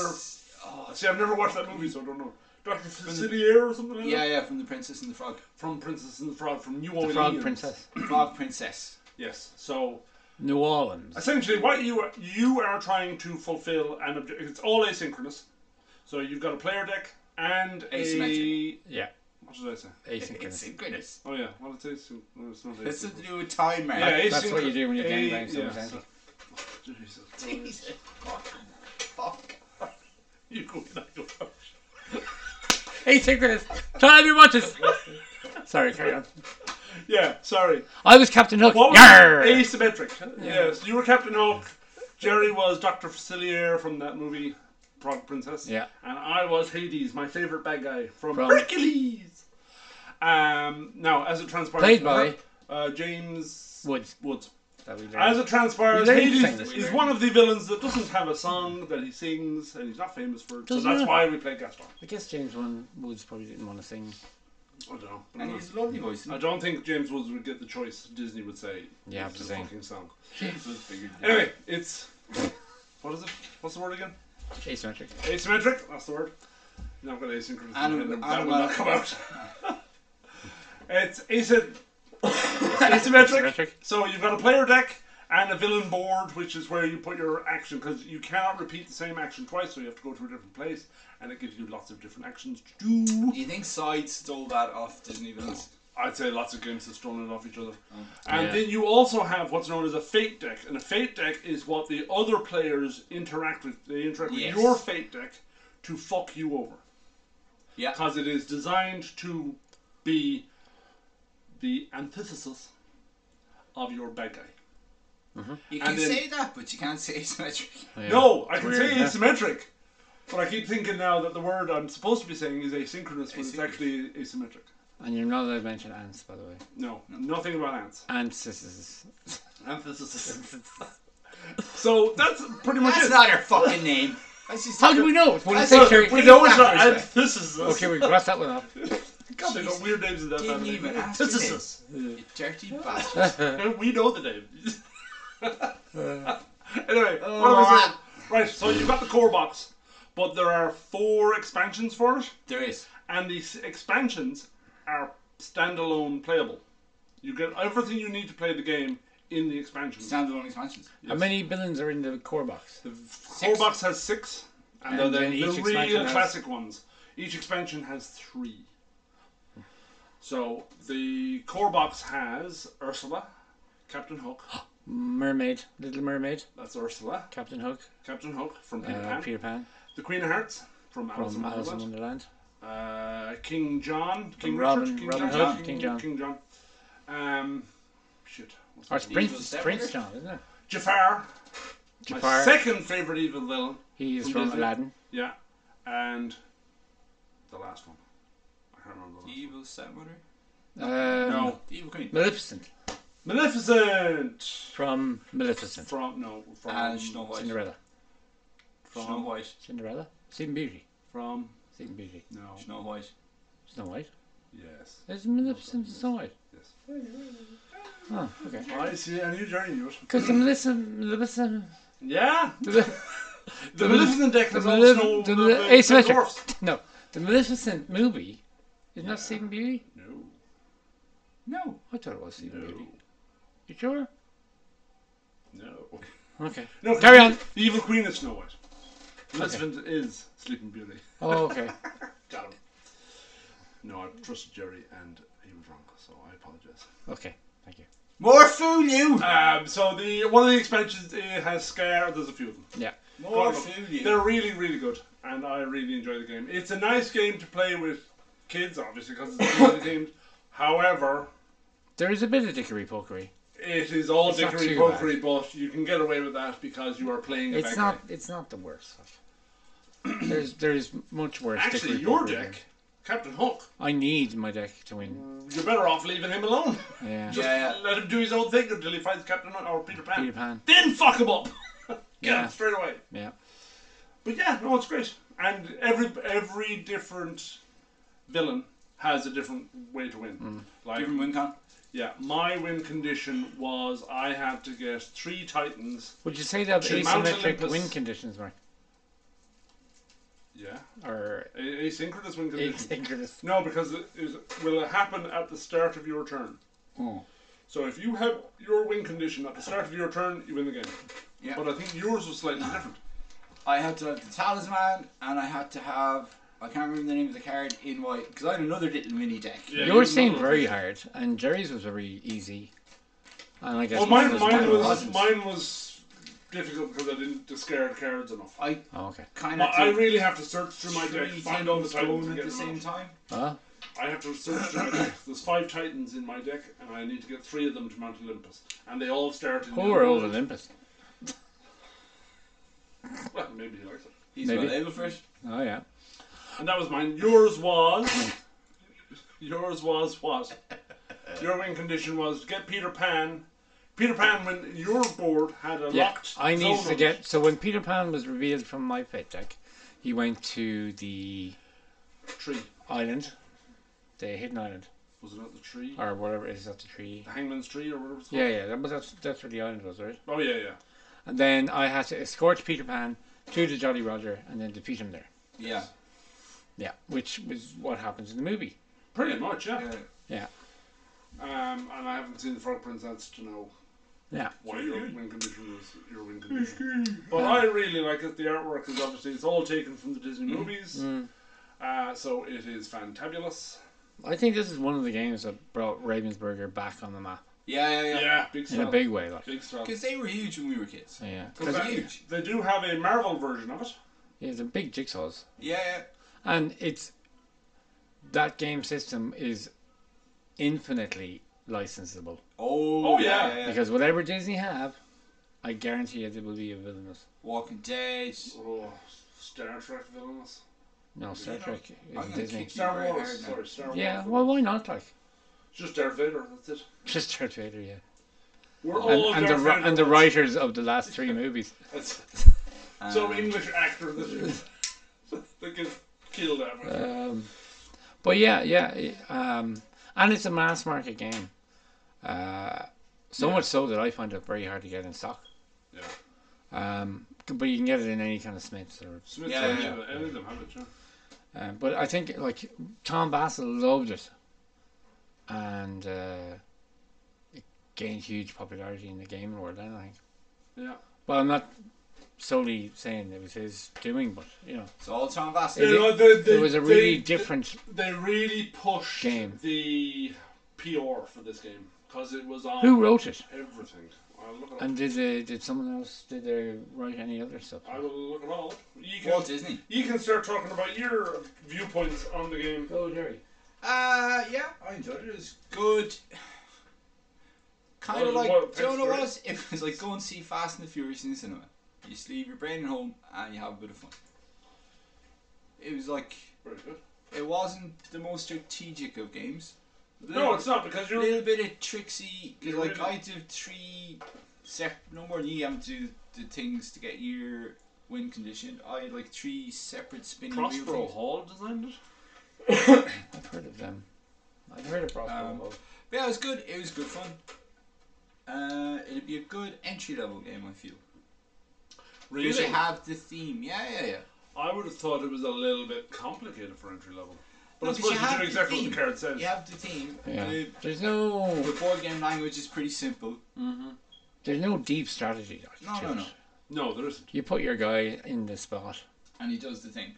Speaker 2: Doctor. Oh, See, I've never watched that movie, so I don't know. Doctor Facilier or something like
Speaker 3: Yeah,
Speaker 2: that.
Speaker 3: yeah, from the Princess and the Frog.
Speaker 2: From Princess and the Frog, from New
Speaker 1: The
Speaker 2: Orleans.
Speaker 1: Frog Princess.
Speaker 3: Frog Princess.
Speaker 2: Yes. So
Speaker 1: New Orleans.
Speaker 2: essentially, what you are, you are trying to fulfill an objective. It's all asynchronous. So you've got a player deck and a.
Speaker 3: Asymmetric.
Speaker 1: Yeah,
Speaker 2: What did I say?
Speaker 3: It's
Speaker 1: asynchronous.
Speaker 3: synchronous.
Speaker 2: Oh yeah, well it is. No, it's not.
Speaker 3: That's
Speaker 2: asynchronous.
Speaker 3: something to do with time, man.
Speaker 2: Yeah,
Speaker 1: That's what you do when you're
Speaker 2: asynchronous.
Speaker 1: gangbang
Speaker 2: A-
Speaker 1: someone's
Speaker 2: yeah,
Speaker 1: auntie.
Speaker 2: so- Jesus.
Speaker 3: Jesus. Fuck. Fuck.
Speaker 2: You go in that garage.
Speaker 1: Asynchronous. Time your watches. Sorry, carry on.
Speaker 2: Yeah, sorry.
Speaker 1: I was Captain Hook.
Speaker 2: What was
Speaker 1: Yarr!
Speaker 2: it? asymmetric? Yes, you were Captain Hook. Jerry was Doctor Facilier from that movie, Frog Princess.
Speaker 1: Yeah.
Speaker 2: and I was Hades, my favorite bad guy from,
Speaker 1: From-
Speaker 2: Hercules. Um, now as it transpires,
Speaker 1: Played by-
Speaker 2: uh, James
Speaker 1: Woods.
Speaker 2: Woods.
Speaker 1: That we learned.
Speaker 2: As it transpires,
Speaker 1: We learned
Speaker 2: Hades
Speaker 1: things.
Speaker 2: is one of the villains that doesn't have a song that he sings, and he's not famous for it. So
Speaker 1: Doesn't
Speaker 2: that's
Speaker 1: have-
Speaker 2: why we play Gaston.
Speaker 1: I guess James Wan Woods probably didn't want to sing.
Speaker 2: I don't know.
Speaker 3: And he's a lovely voice.
Speaker 2: I don't think James Woods would get the choice. Disney would say,
Speaker 1: You have
Speaker 2: "This
Speaker 1: to
Speaker 2: is a
Speaker 1: sing."
Speaker 2: fucking song."
Speaker 3: Anyway,
Speaker 2: Anyway, it's what is it? What's the word again?
Speaker 1: Asymmetric.
Speaker 2: Asymmetric. That's the word. Now I've got asynchronous.
Speaker 3: Anim-
Speaker 2: in my head, that will not
Speaker 3: animatic.
Speaker 2: come out. it's asy- asymmetric.
Speaker 1: Asymmetric.
Speaker 2: So you've got a player deck and a villain board, which is where you put your action because you cannot repeat the same action twice, so you have to go to a different place, and it gives you lots of different actions to do.
Speaker 3: Do you think Side stole that off Disney Villains?
Speaker 2: I'd say lots of games have stolen it off each other. And
Speaker 1: Yeah.
Speaker 2: then you also have what's known as a fate deck. And a fate deck is what the other players interact with. They interact
Speaker 3: Yes.
Speaker 2: with your fate deck to fuck you over.
Speaker 3: Yeah.
Speaker 2: Because it is designed to be the antithesis of your bad guy.
Speaker 3: You
Speaker 2: And
Speaker 3: can
Speaker 2: then-
Speaker 3: say that, but you can't say asymmetric.
Speaker 1: Oh, Yeah.
Speaker 2: No, I can
Speaker 1: weird,
Speaker 2: say
Speaker 1: yeah.
Speaker 2: asymmetric. But I keep thinking now that the word I'm supposed to be saying is asynchronous, but it's
Speaker 3: Asynchronous.
Speaker 2: actually asymmetric.
Speaker 1: And you're not allowed to mention ants, by the way.
Speaker 2: No, nothing about ants.
Speaker 1: Ants this is
Speaker 2: Antithesis. so that's pretty much
Speaker 3: That's
Speaker 2: it.
Speaker 3: not her fucking name. That's just
Speaker 1: How do we know? It's one of
Speaker 3: That's
Speaker 1: the
Speaker 2: Well,
Speaker 1: six
Speaker 2: we know it's not
Speaker 1: factors
Speaker 2: antithesis.
Speaker 1: there. Okay, we cross that one off.
Speaker 2: God, they got weird names in that
Speaker 3: Didn't
Speaker 2: family.
Speaker 3: even ask your
Speaker 2: Antithesis.
Speaker 3: You dirty bastard.
Speaker 2: we know the name. anyway,
Speaker 3: Oh,
Speaker 2: what am I saying? Right, so you've got the core box, but there are four expansions for it,
Speaker 3: there is.
Speaker 2: and these expansions are standalone playable. You get everything you need to play the game in the expansion.
Speaker 3: Standalone expansions.
Speaker 1: How many villains are in the core box?
Speaker 2: The core box has six, and,
Speaker 1: And
Speaker 2: they're
Speaker 1: then
Speaker 2: the,
Speaker 1: each
Speaker 2: the
Speaker 1: expansion
Speaker 2: real
Speaker 1: has-
Speaker 2: classic ones. Each expansion has three. So the core box has Ursula, Captain Hook.
Speaker 1: Mermaid, Little Mermaid,
Speaker 2: That's Ursula,
Speaker 1: Captain Hook,
Speaker 2: Captain Hook from Peter
Speaker 1: uh,
Speaker 2: Pan.
Speaker 1: Peter Pan,
Speaker 2: The Queen of Hearts from Alice in
Speaker 1: from Alice in
Speaker 2: Wonderland.
Speaker 1: Wonderland,
Speaker 2: Uh, King John, King
Speaker 1: Robin-
Speaker 2: Richard, King
Speaker 1: Robin
Speaker 2: John,
Speaker 1: Hood,
Speaker 2: King,
Speaker 1: King John.
Speaker 2: King John. Um, shit. what's
Speaker 1: or
Speaker 2: his
Speaker 1: it's
Speaker 2: name?
Speaker 1: Prince,
Speaker 3: Evil
Speaker 1: it's
Speaker 3: Stepmother?
Speaker 1: Prince John, isn't it?
Speaker 2: Jafar, my
Speaker 1: Jafar,
Speaker 2: second favorite evil villain.
Speaker 1: he is
Speaker 2: from
Speaker 1: from
Speaker 2: Disney.
Speaker 1: Aladdin.
Speaker 2: Yeah, and the last one. I can't remember. The last
Speaker 3: The evil stepmother.
Speaker 1: Um,
Speaker 2: one.
Speaker 1: no.
Speaker 2: No,
Speaker 3: The evil queen.
Speaker 1: Maleficent,
Speaker 2: Maleficent
Speaker 1: from Maleficent,
Speaker 2: from no from
Speaker 3: And Snow White.
Speaker 1: Cinderella,
Speaker 2: from
Speaker 3: Snow White.
Speaker 1: Cinderella, Sleeping Beauty,
Speaker 2: from
Speaker 1: Sleeping Beauty,
Speaker 2: no
Speaker 3: Snow White.
Speaker 1: Snow White.
Speaker 2: yes
Speaker 1: There's Maleficent and Snow White.
Speaker 2: yes.
Speaker 1: Oh, okay.
Speaker 2: I see a new journey knew it.
Speaker 1: Because the Maleficent, Maleficent,
Speaker 2: Yeah,
Speaker 1: the, the,
Speaker 2: the Maleficent deck
Speaker 1: the,
Speaker 2: has all the snow.
Speaker 1: Malef- the,
Speaker 2: The,
Speaker 1: Male-
Speaker 2: the, the dwarfs.
Speaker 1: asymmetric. No, the Maleficent movie is not Sleeping Beauty.
Speaker 2: No,
Speaker 3: No.
Speaker 1: I thought it was Sleeping
Speaker 2: no,
Speaker 1: Beauty. You sure?
Speaker 2: no.
Speaker 1: Okay.
Speaker 2: No,
Speaker 1: Carry on.
Speaker 2: The evil queen is Snow White. Maleficent is Sleeping Beauty.
Speaker 1: Oh, okay.
Speaker 2: Got him. No, I trusted Jerry and he was wrong, so I apologize.
Speaker 1: Okay. Thank you.
Speaker 3: More fool you.
Speaker 2: Um, so the one of the expansions it has Scare. There's a few of them.
Speaker 1: Yeah.
Speaker 3: More
Speaker 2: Look,
Speaker 3: fool you.
Speaker 2: They're really, really good, and I really enjoy the game. It's a nice game to play with kids, obviously, because it's really themed. However,
Speaker 1: There is a bit of dickery pokery.
Speaker 2: it is all
Speaker 1: It's not
Speaker 2: dickery
Speaker 1: too
Speaker 2: pokery, but you can get away with that because you are playing. A
Speaker 1: It's
Speaker 2: bad
Speaker 1: not.
Speaker 2: guy.
Speaker 1: It's not the worst stuff. There's there's much worse.
Speaker 2: actually
Speaker 1: dickery
Speaker 2: your
Speaker 1: pokery
Speaker 2: deck,
Speaker 1: than-
Speaker 2: Captain Hook.
Speaker 1: I need my deck to win.
Speaker 2: You're better off leaving him alone.
Speaker 1: Yeah.
Speaker 3: Yeah.
Speaker 2: Let him do his own thing until he finds Captain Hook or Peter Pan.
Speaker 1: Peter Pan.
Speaker 2: Then fuck him up. get
Speaker 1: Yeah.
Speaker 2: him straight away.
Speaker 1: Yeah.
Speaker 2: But yeah, no, it's great. And every every different villain has a different way to win.
Speaker 1: Mm.
Speaker 2: Like
Speaker 3: Different win con.
Speaker 2: yeah, my win condition was I had to get three titans.
Speaker 1: Would you say they have
Speaker 2: To Mount
Speaker 1: asymmetric
Speaker 2: Olympus.
Speaker 1: win conditions, Mark?
Speaker 2: Yeah,
Speaker 1: Or
Speaker 2: a- asynchronous win condition.
Speaker 1: asynchronous?
Speaker 2: no, because it is will it happen at the start of your turn.
Speaker 3: Oh.
Speaker 2: So if you have your win condition at the start of your turn, you win the game.
Speaker 3: Yeah.
Speaker 2: But I think yours was slightly different.
Speaker 3: I had to have the talisman, and I had to have I can't remember the name of the card in white because I had another little mini deck.
Speaker 2: Yeah,
Speaker 1: Yours
Speaker 2: you
Speaker 1: seemed
Speaker 2: know.
Speaker 1: very hard, and Jerry's was very easy. And I guess
Speaker 2: Well, Oh, mine,
Speaker 1: was
Speaker 2: mine
Speaker 1: better.
Speaker 2: was
Speaker 3: Cousins.
Speaker 2: mine was difficult because I didn't discard cards enough.
Speaker 3: I
Speaker 1: Oh, okay.
Speaker 3: kind
Speaker 2: My,
Speaker 3: of
Speaker 2: I really have to search through my deck, find all the titans,
Speaker 3: stone
Speaker 2: and
Speaker 3: at
Speaker 2: get
Speaker 3: the
Speaker 2: them
Speaker 3: same
Speaker 2: out.
Speaker 3: time.
Speaker 1: Huh?
Speaker 2: I have to search through my deck. There's five titans in my deck, and I need to get three of them to Mount Olympus, and they all start in.
Speaker 1: Poor
Speaker 2: yellow.
Speaker 1: old Olympus.
Speaker 2: Well, maybe he likes it.
Speaker 3: He's
Speaker 1: Maybe.
Speaker 3: well able for it.
Speaker 1: Oh yeah.
Speaker 2: And that was mine. Yours was. yours was what? Your win condition was get Peter Pan. Peter Pan, when your board had a
Speaker 1: Yeah,
Speaker 2: locked.
Speaker 1: I need
Speaker 2: zone on
Speaker 1: to
Speaker 2: it.
Speaker 1: get. So when Peter Pan was revealed from my pet deck, he went to the
Speaker 2: tree.
Speaker 1: island, the hidden island,
Speaker 2: Was it not the tree?
Speaker 1: or whatever it is at the tree.
Speaker 2: The hangman's tree or whatever it's called.
Speaker 1: Yeah, yeah, that was that's, that's where the island was, right?
Speaker 2: Oh yeah, yeah.
Speaker 1: And then I had to escort Peter Pan to the Jolly Roger and then defeat him there.
Speaker 3: Yeah.
Speaker 1: Yeah, which was what happens in the movie.
Speaker 2: Pretty much, yeah.
Speaker 1: Yeah,
Speaker 3: yeah.
Speaker 2: Um, and I haven't seen the Frog Princess to know
Speaker 1: yeah.
Speaker 2: why your win condition was your win condition. But I really like it. The artwork is obviously it's all taken from the
Speaker 1: Mm.
Speaker 2: Disney movies, uh, so it is fantabulous.
Speaker 1: I think this is one of the games that brought Ravensburger back on the map
Speaker 3: Yeah, yeah, yeah.
Speaker 2: Yeah, big
Speaker 1: in
Speaker 2: stuff.
Speaker 1: a big way. Like,
Speaker 2: big stuff.
Speaker 3: Because they were huge when we were kids.
Speaker 1: yeah,
Speaker 3: Because
Speaker 2: But
Speaker 3: huge.
Speaker 2: They do have a Marvel version of it.
Speaker 1: yeah, the big jigsaws,
Speaker 3: Yeah, yeah.
Speaker 1: and it's that game system is infinitely licensable.
Speaker 3: Oh,
Speaker 2: Oh,
Speaker 3: yeah.
Speaker 2: yeah.
Speaker 3: yeah, yeah.
Speaker 1: Because whatever Disney have, I guarantee it will be a villainous.
Speaker 3: Walking Dead.
Speaker 2: Oh, Star Trek villains.
Speaker 1: No, Star
Speaker 3: know,
Speaker 1: Trek
Speaker 3: I'm
Speaker 1: is
Speaker 3: gonna
Speaker 1: Disney.
Speaker 3: kick you
Speaker 2: Star
Speaker 3: very
Speaker 2: Wars.
Speaker 3: hard now.
Speaker 2: Sorry, Star Wars.
Speaker 1: Yeah, well, why not? Like,
Speaker 2: just Darth Vader. That's it.
Speaker 1: just Darth Vader, yeah.
Speaker 2: We're
Speaker 1: And,
Speaker 2: all
Speaker 1: and the
Speaker 2: Darth
Speaker 1: ri-
Speaker 2: Vader.
Speaker 1: and the writers of the last three movies.
Speaker 2: That's-
Speaker 3: Um,
Speaker 2: Some English actor that, that gets killed out of it.
Speaker 1: Um, but yeah, yeah, it- um, and it's a mass market game. Uh, so much so that I find it very hard to get in stock.
Speaker 2: Yeah.
Speaker 1: Um, c- but you can get it in any kind of Smiths or.
Speaker 2: Smith
Speaker 3: Yeah,
Speaker 2: yeah,
Speaker 3: yeah,
Speaker 2: yeah. Any of them have it, yeah.
Speaker 1: Um, but I think like Tom Bassett loved it, and uh, it gained huge popularity in the gaming world. Then I think.
Speaker 2: Yeah.
Speaker 1: Well, I'm not solely saying it was his doing, but you know,
Speaker 3: It's all Tom Bassett.
Speaker 2: You
Speaker 1: It-
Speaker 2: know, they, they,
Speaker 1: it was a really
Speaker 2: they,
Speaker 1: different.
Speaker 2: They really pushed
Speaker 1: game.
Speaker 2: the PR for this game because it was on
Speaker 1: Who wrote it?
Speaker 2: everything. I'll look it up.
Speaker 1: And did they, did someone else did they write any other stuff?
Speaker 2: I will look it all. up. You can
Speaker 3: Walt Disney.
Speaker 2: you can start talking about your viewpoints on the game.
Speaker 1: Go, Jerry.
Speaker 3: Uh, yeah, I enjoyed it. It was good. Kind
Speaker 2: Well,
Speaker 3: of like,
Speaker 2: what-
Speaker 3: do you know what it
Speaker 2: thanks
Speaker 3: was? It was like go and see Fast and the Furious in the cinema. You just leave your brain at home and you have a bit of fun. It was like,
Speaker 2: Very good.
Speaker 3: it wasn't the most strategic of games.
Speaker 2: No, it's not because
Speaker 3: A
Speaker 2: you're
Speaker 3: little bit of tricksy. 'cause,
Speaker 2: You're
Speaker 3: Like
Speaker 2: really-
Speaker 3: I do three, sep- no more than you have to do the things to get your win condition. I had like three separate spinning wheel
Speaker 2: Prospero
Speaker 3: things.
Speaker 2: Hall designed it.
Speaker 1: I've heard of them. I've heard of Prospero.
Speaker 3: Um,
Speaker 1: Hall.
Speaker 3: But yeah, it was good. It was good fun. Uh, it'd be a good entry level game. I feel. Because they have the theme. Yeah, yeah, yeah.
Speaker 2: I would have thought it was a little bit complicated for entry level. But
Speaker 3: No,
Speaker 2: I
Speaker 3: but
Speaker 2: suppose
Speaker 3: you
Speaker 2: you,
Speaker 3: have
Speaker 2: do
Speaker 3: the
Speaker 2: exactly what
Speaker 3: theme.
Speaker 2: the card says.
Speaker 3: You have the theme.
Speaker 1: yeah.
Speaker 3: The,
Speaker 1: There's no
Speaker 3: the board game language is pretty simple.
Speaker 1: there's no deep strategy. Like,
Speaker 3: No,
Speaker 1: to
Speaker 3: no,
Speaker 1: it.
Speaker 3: no.
Speaker 2: No, there isn't.
Speaker 1: You put your guy in the spot
Speaker 3: And he does the thing.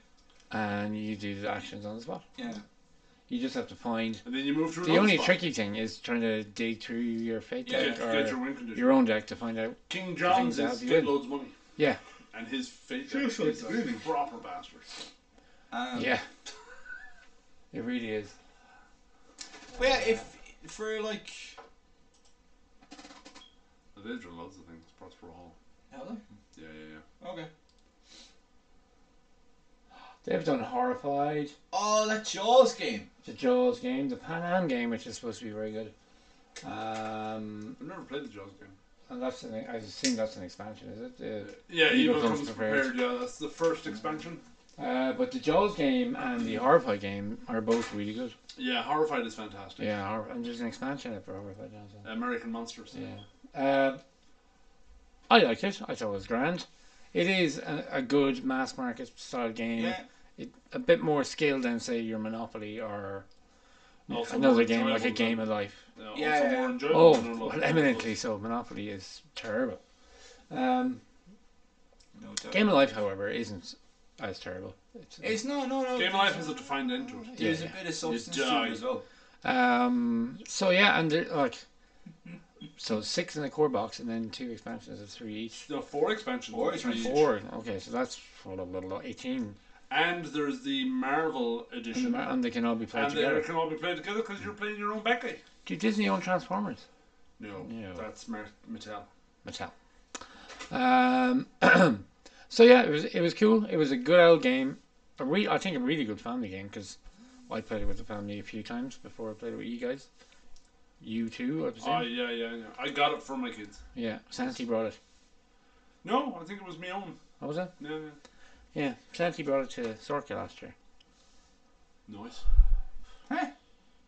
Speaker 1: and you do the actions on the spot.
Speaker 3: Yeah.
Speaker 1: You just have to find
Speaker 2: And then you move through
Speaker 1: The
Speaker 2: another
Speaker 1: only
Speaker 2: spot.
Speaker 1: tricky thing is trying to dig through your fate
Speaker 3: Yeah,
Speaker 1: deck
Speaker 2: Get,
Speaker 1: or
Speaker 2: get your
Speaker 1: your,
Speaker 2: win condition.
Speaker 1: own deck to find out.
Speaker 2: King John's
Speaker 1: things
Speaker 2: is
Speaker 1: that you
Speaker 2: fit
Speaker 1: did.
Speaker 2: loads of money.
Speaker 1: Yeah,
Speaker 2: And his fate
Speaker 3: Sure,
Speaker 2: is
Speaker 3: sure, it's
Speaker 2: a
Speaker 3: really-
Speaker 2: proper bastard.
Speaker 3: Um,
Speaker 1: yeah. It really is.
Speaker 3: But yeah, if for like.
Speaker 2: They drew loads of things. Prospero Hall. Yeah, yeah, yeah.
Speaker 3: Okay.
Speaker 1: They've done Horrified,
Speaker 3: Oh, that Jaws game.
Speaker 1: the Jaws game, the Pan Am game, which is supposed to be very good. Um,
Speaker 2: I've never played the Jaws game.
Speaker 1: and that's an, I assume that's an expansion, is it? Uh,
Speaker 2: Yeah,
Speaker 1: Evil
Speaker 2: Evil
Speaker 1: comes
Speaker 2: comes,
Speaker 1: prepared.
Speaker 2: prepared. Yeah, that's the first expansion.
Speaker 1: Uh, but the Jaws game and the Horrified game are both really good.
Speaker 2: Yeah, Horrified is fantastic.
Speaker 1: Yeah, Hor- and there's an expansion out for Horrified now. So.
Speaker 2: American Monsters.
Speaker 1: Yeah. Uh, I liked it. I thought it was grand. It is a, a good mass market style game.
Speaker 3: Yeah.
Speaker 1: It, a bit more skill than say your Monopoly or
Speaker 2: Also
Speaker 1: another
Speaker 2: more
Speaker 1: game like a
Speaker 2: enjoyable
Speaker 1: game of life.
Speaker 2: than- Yeah,
Speaker 3: Yeah,
Speaker 2: also
Speaker 3: yeah,
Speaker 2: more
Speaker 3: yeah.
Speaker 2: enjoyable
Speaker 1: Oh,
Speaker 2: than a lot
Speaker 1: well,
Speaker 2: of
Speaker 1: eminently so. Monopoly is terrible. Um,
Speaker 3: No doubt.
Speaker 1: game of life, however, isn't That's terrible. It's-
Speaker 3: It's no, no, no.
Speaker 2: Game of
Speaker 3: there's-
Speaker 2: Life has a defined end to it.
Speaker 3: There's
Speaker 1: Yeah,
Speaker 3: a bit of substance to
Speaker 2: die.
Speaker 3: it as well.
Speaker 1: Um. So yeah, and there, like, so six in the core box, and then two expansions of three each.
Speaker 2: There are four expansions.
Speaker 3: Four
Speaker 2: of three
Speaker 3: expansions.
Speaker 2: each.
Speaker 1: Four. Okay, so that's blah, blah, blah, eighteen,
Speaker 2: And there's the Marvel edition. And,
Speaker 1: and they can all be played
Speaker 2: they
Speaker 1: Mm, together.
Speaker 2: can all be played together because you're playing your own Becky.
Speaker 1: Do Disney own Transformers?
Speaker 2: No,
Speaker 1: No.
Speaker 2: that's Mer- Mattel.
Speaker 1: Mattel. Um. so yeah, it was it was cool. It was a good old game. A re- I think a really good family game because I played it with the family a few times before I played it with you guys. You too, I presume.
Speaker 2: Oh, yeah, yeah, yeah. I got it for my kids.
Speaker 1: Yeah, Santi brought it.
Speaker 2: No, I think it was my own.
Speaker 1: What was that?
Speaker 2: No,
Speaker 1: Yeah, Santi brought it to Sorka last year.
Speaker 2: no. Nice.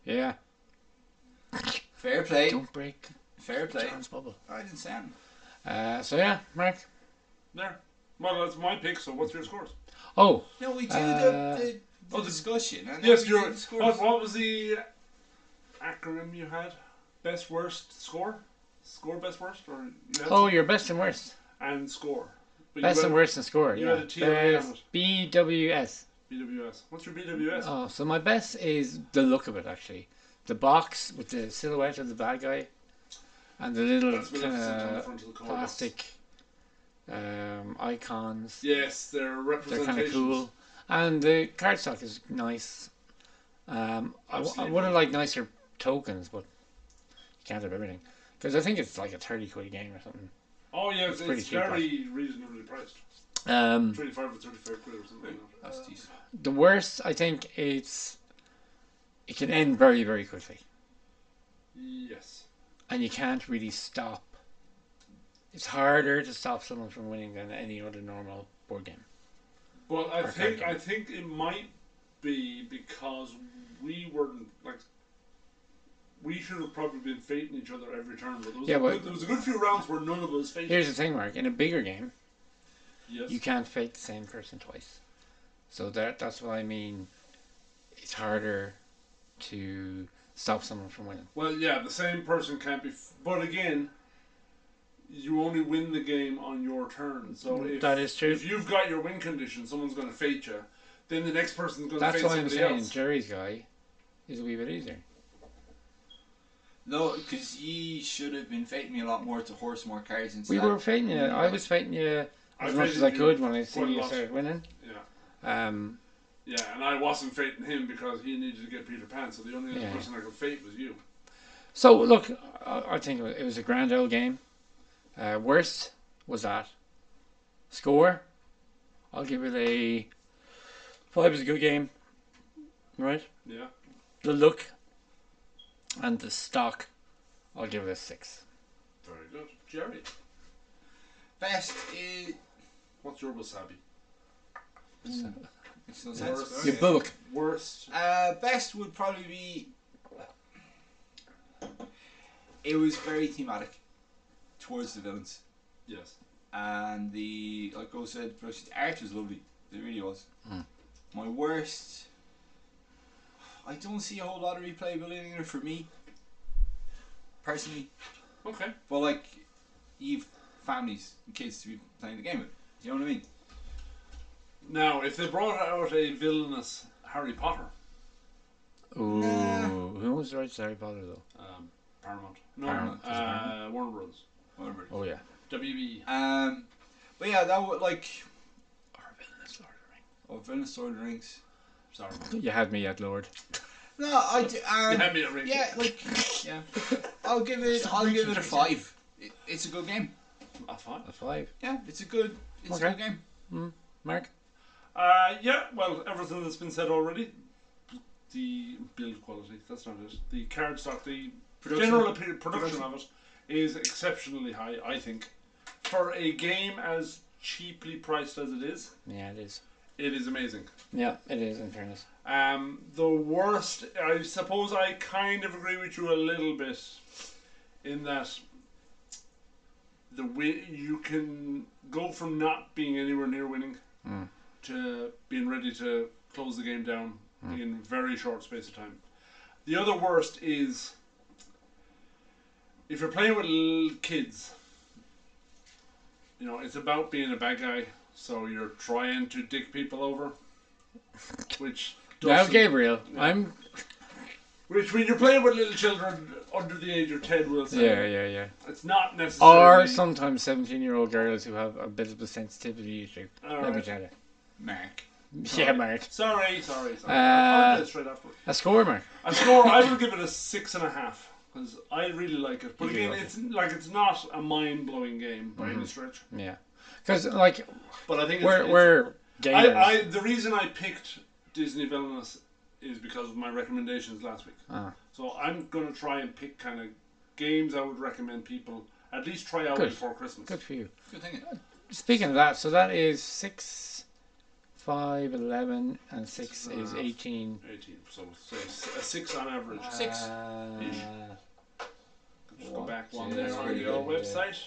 Speaker 1: Yeah.
Speaker 3: Fair play.
Speaker 1: Don't break
Speaker 3: Fair play.
Speaker 1: John's bubble.
Speaker 3: I didn't say anything.
Speaker 1: Uh, so yeah, Mark.
Speaker 2: There. Well, that's my pick, so what's your scores?
Speaker 1: Oh,
Speaker 3: No, we do
Speaker 1: Uh,
Speaker 3: the, the,
Speaker 2: oh,
Speaker 3: the
Speaker 2: the-
Speaker 3: discussion. And
Speaker 2: Yes,
Speaker 3: then
Speaker 2: you're.
Speaker 3: we do the scores.
Speaker 2: What, what was the acronym you had? Best, worst, score? Score, best, worst? or you had
Speaker 1: oh, your best and worst,
Speaker 2: And score. But you
Speaker 1: best
Speaker 2: had
Speaker 1: and worst and score.
Speaker 2: you
Speaker 1: yeah.
Speaker 2: had a TLA on
Speaker 1: Best-
Speaker 2: it.
Speaker 1: BWS.
Speaker 2: BWS. What's your BWS?
Speaker 1: Oh, so my best is the look of it actually, the box with the silhouette of the bad guy, and the little
Speaker 2: That's
Speaker 1: kind
Speaker 2: Maleficent on the front
Speaker 1: of
Speaker 2: of the card.
Speaker 1: plastic um, icons.
Speaker 2: Yes, they're
Speaker 1: They're
Speaker 2: representations.
Speaker 1: kind of cool, and the cardstock is nice. Um, I, w- I
Speaker 3: Absolutely.
Speaker 1: would have liked nicer tokens, but you can't have everything because I think it's like a thirty quid game or something.
Speaker 2: Oh, yeah,
Speaker 1: It's
Speaker 2: it's,
Speaker 1: pretty cheap,
Speaker 2: very reasonably priced.
Speaker 1: Um,
Speaker 2: 25 or 35 quid or something like that.
Speaker 3: That's decent.
Speaker 1: the worst, I think, it's it can end very, very quickly,
Speaker 2: Yes.
Speaker 1: and you can't really stop. It's harder to stop someone from winning than any other normal board game.
Speaker 2: Well, I
Speaker 1: Or
Speaker 2: think
Speaker 1: card
Speaker 2: I think it might be because we weren't like we should have probably been fating each other every turn. But there was,
Speaker 1: Yeah,
Speaker 2: a,
Speaker 1: but-
Speaker 2: good, there was a good few rounds where none of us fated.
Speaker 1: Here's the thing, Mark. In a bigger game,
Speaker 2: yes.
Speaker 1: you can't fake the same person twice. So that that's what I mean. It's harder to stop someone from winning.
Speaker 2: Well, yeah, the same person can't be. F- but again, you only win the game on your turn. So if,
Speaker 1: Mm, That is true.
Speaker 2: If you've got your win condition, someone's going to fate you. Then the next person's going to
Speaker 1: That's
Speaker 2: fate
Speaker 1: what I'm
Speaker 2: somebody
Speaker 1: saying.
Speaker 2: else.
Speaker 1: Jerry's guy is a wee bit easier.
Speaker 3: No, because ye should have been fating me a lot more to horse more cards
Speaker 1: We
Speaker 3: instead.
Speaker 1: were fighting you. I was fighting you
Speaker 2: I
Speaker 1: as much
Speaker 2: fated
Speaker 1: as I
Speaker 2: you
Speaker 1: could when I
Speaker 2: quite
Speaker 1: seen
Speaker 2: a
Speaker 1: you
Speaker 2: lot.
Speaker 1: started winning.
Speaker 2: Yeah.
Speaker 1: Um,
Speaker 2: Yeah, and I wasn't fating him because he needed to get Peter Pan. So the only other
Speaker 1: Yeah.
Speaker 2: person I could fate was you.
Speaker 1: so look, I, I think it was, it was a grand old game. Uh, worst was that score. I'll give it a five. Is a good game, right?
Speaker 2: Yeah.
Speaker 1: The look and the stock. I'll give it a six.
Speaker 2: Very good, Jerry.
Speaker 3: Best is.
Speaker 2: What's your wasabi?
Speaker 3: Makes no sense.
Speaker 2: Worst.
Speaker 3: but
Speaker 1: Your
Speaker 3: okay.
Speaker 1: book.
Speaker 2: Worst.
Speaker 3: Uh, best would probably be. It was very thematic towards the villains.
Speaker 2: Yes.
Speaker 3: And the, like I said, the production the art was lovely. It really was. My worst. I don't see a whole lot of replayability in it for me. Personally.
Speaker 2: Okay.
Speaker 3: But like, you've families and kids to be playing the game with. Do you know what I mean?
Speaker 2: Now, if they brought out a villainous Harry Potter,
Speaker 1: Ooh,
Speaker 3: Nah.
Speaker 1: who was right? Harry Potter though.
Speaker 2: um, Paramount. No,
Speaker 3: Paramount,
Speaker 2: uh,
Speaker 3: is it Paramount?
Speaker 2: Warner Brothers.
Speaker 3: Whatever.
Speaker 1: Oh yeah.
Speaker 2: WB.
Speaker 3: Um, but yeah, that would like.
Speaker 1: Or villainous Lord of
Speaker 3: Oh, Villainous Lord of the Rings.
Speaker 2: Sorry.
Speaker 1: the Ring. You had me at Lord.
Speaker 3: No, I d-
Speaker 2: You
Speaker 3: um,
Speaker 2: had me at Ring.
Speaker 3: Yeah, like yeah. I'll give it. I'll give it a five. It, it's a good game.
Speaker 2: A five.
Speaker 1: A five.
Speaker 3: Yeah, it's a good. It's
Speaker 1: Okay.
Speaker 3: a good game.
Speaker 1: Mark.
Speaker 2: Uh, yeah, well, everything that's been said already. The build quality, that's not it. The card stock, the
Speaker 3: Production.
Speaker 2: general appear- production of it is exceptionally high, I think. For a game as cheaply priced as it is,
Speaker 1: Yeah, it is.
Speaker 2: it is amazing.
Speaker 1: Yeah, it is. In fairness.
Speaker 2: Um, the worst, I suppose I kind of agree with you a little bit in that the way you can go from not being anywhere near winning to being ready to close the game down in very short space of time. The other worst is if you're playing with little kids, you know, it's about being a bad guy, So you're trying to dick people over, which
Speaker 1: Now,
Speaker 2: doesn't-
Speaker 1: Gabriel, I'm.
Speaker 2: Which when you're playing with little children under the age of ten, we'll say
Speaker 1: Yeah, yeah, yeah.
Speaker 2: it's not necessarily.
Speaker 1: Or sometimes 17 year old girls who have a bit of a sensitivity issue.
Speaker 2: All
Speaker 1: Let me
Speaker 2: right.
Speaker 1: tell you.
Speaker 3: Mark.
Speaker 1: Yeah, Mark.
Speaker 2: Sorry, sorry, sorry.
Speaker 1: Uh,
Speaker 2: I'll do this straight afterwards.
Speaker 1: A score, Mark.
Speaker 2: A score, I will give it a six and a half because I really like it. But
Speaker 1: You do
Speaker 2: again,
Speaker 1: like
Speaker 2: it's like it's not a mind-blowing game by
Speaker 1: Mm-hmm.
Speaker 2: any stretch.
Speaker 1: Yeah. Because, like,
Speaker 2: But I think it's,
Speaker 1: we're,
Speaker 2: it's-
Speaker 1: we're gamers.
Speaker 2: I, I the reason I picked Disney Villainous is because of my recommendations last week.
Speaker 1: Ah.
Speaker 2: So I'm gonna try and pick kind of games I would recommend people at least try out
Speaker 1: Good.
Speaker 2: before Christmas.
Speaker 1: Good for you.
Speaker 3: Good thing.
Speaker 1: Speaking of that, so that is 6, 5, 11, and 6 is 18.
Speaker 2: 18, so, so s- a six on average.
Speaker 3: Six.
Speaker 1: Uh,
Speaker 2: Just go back to
Speaker 3: One
Speaker 2: the
Speaker 3: there,
Speaker 2: on
Speaker 3: already
Speaker 2: your
Speaker 3: good, yeah.
Speaker 2: website.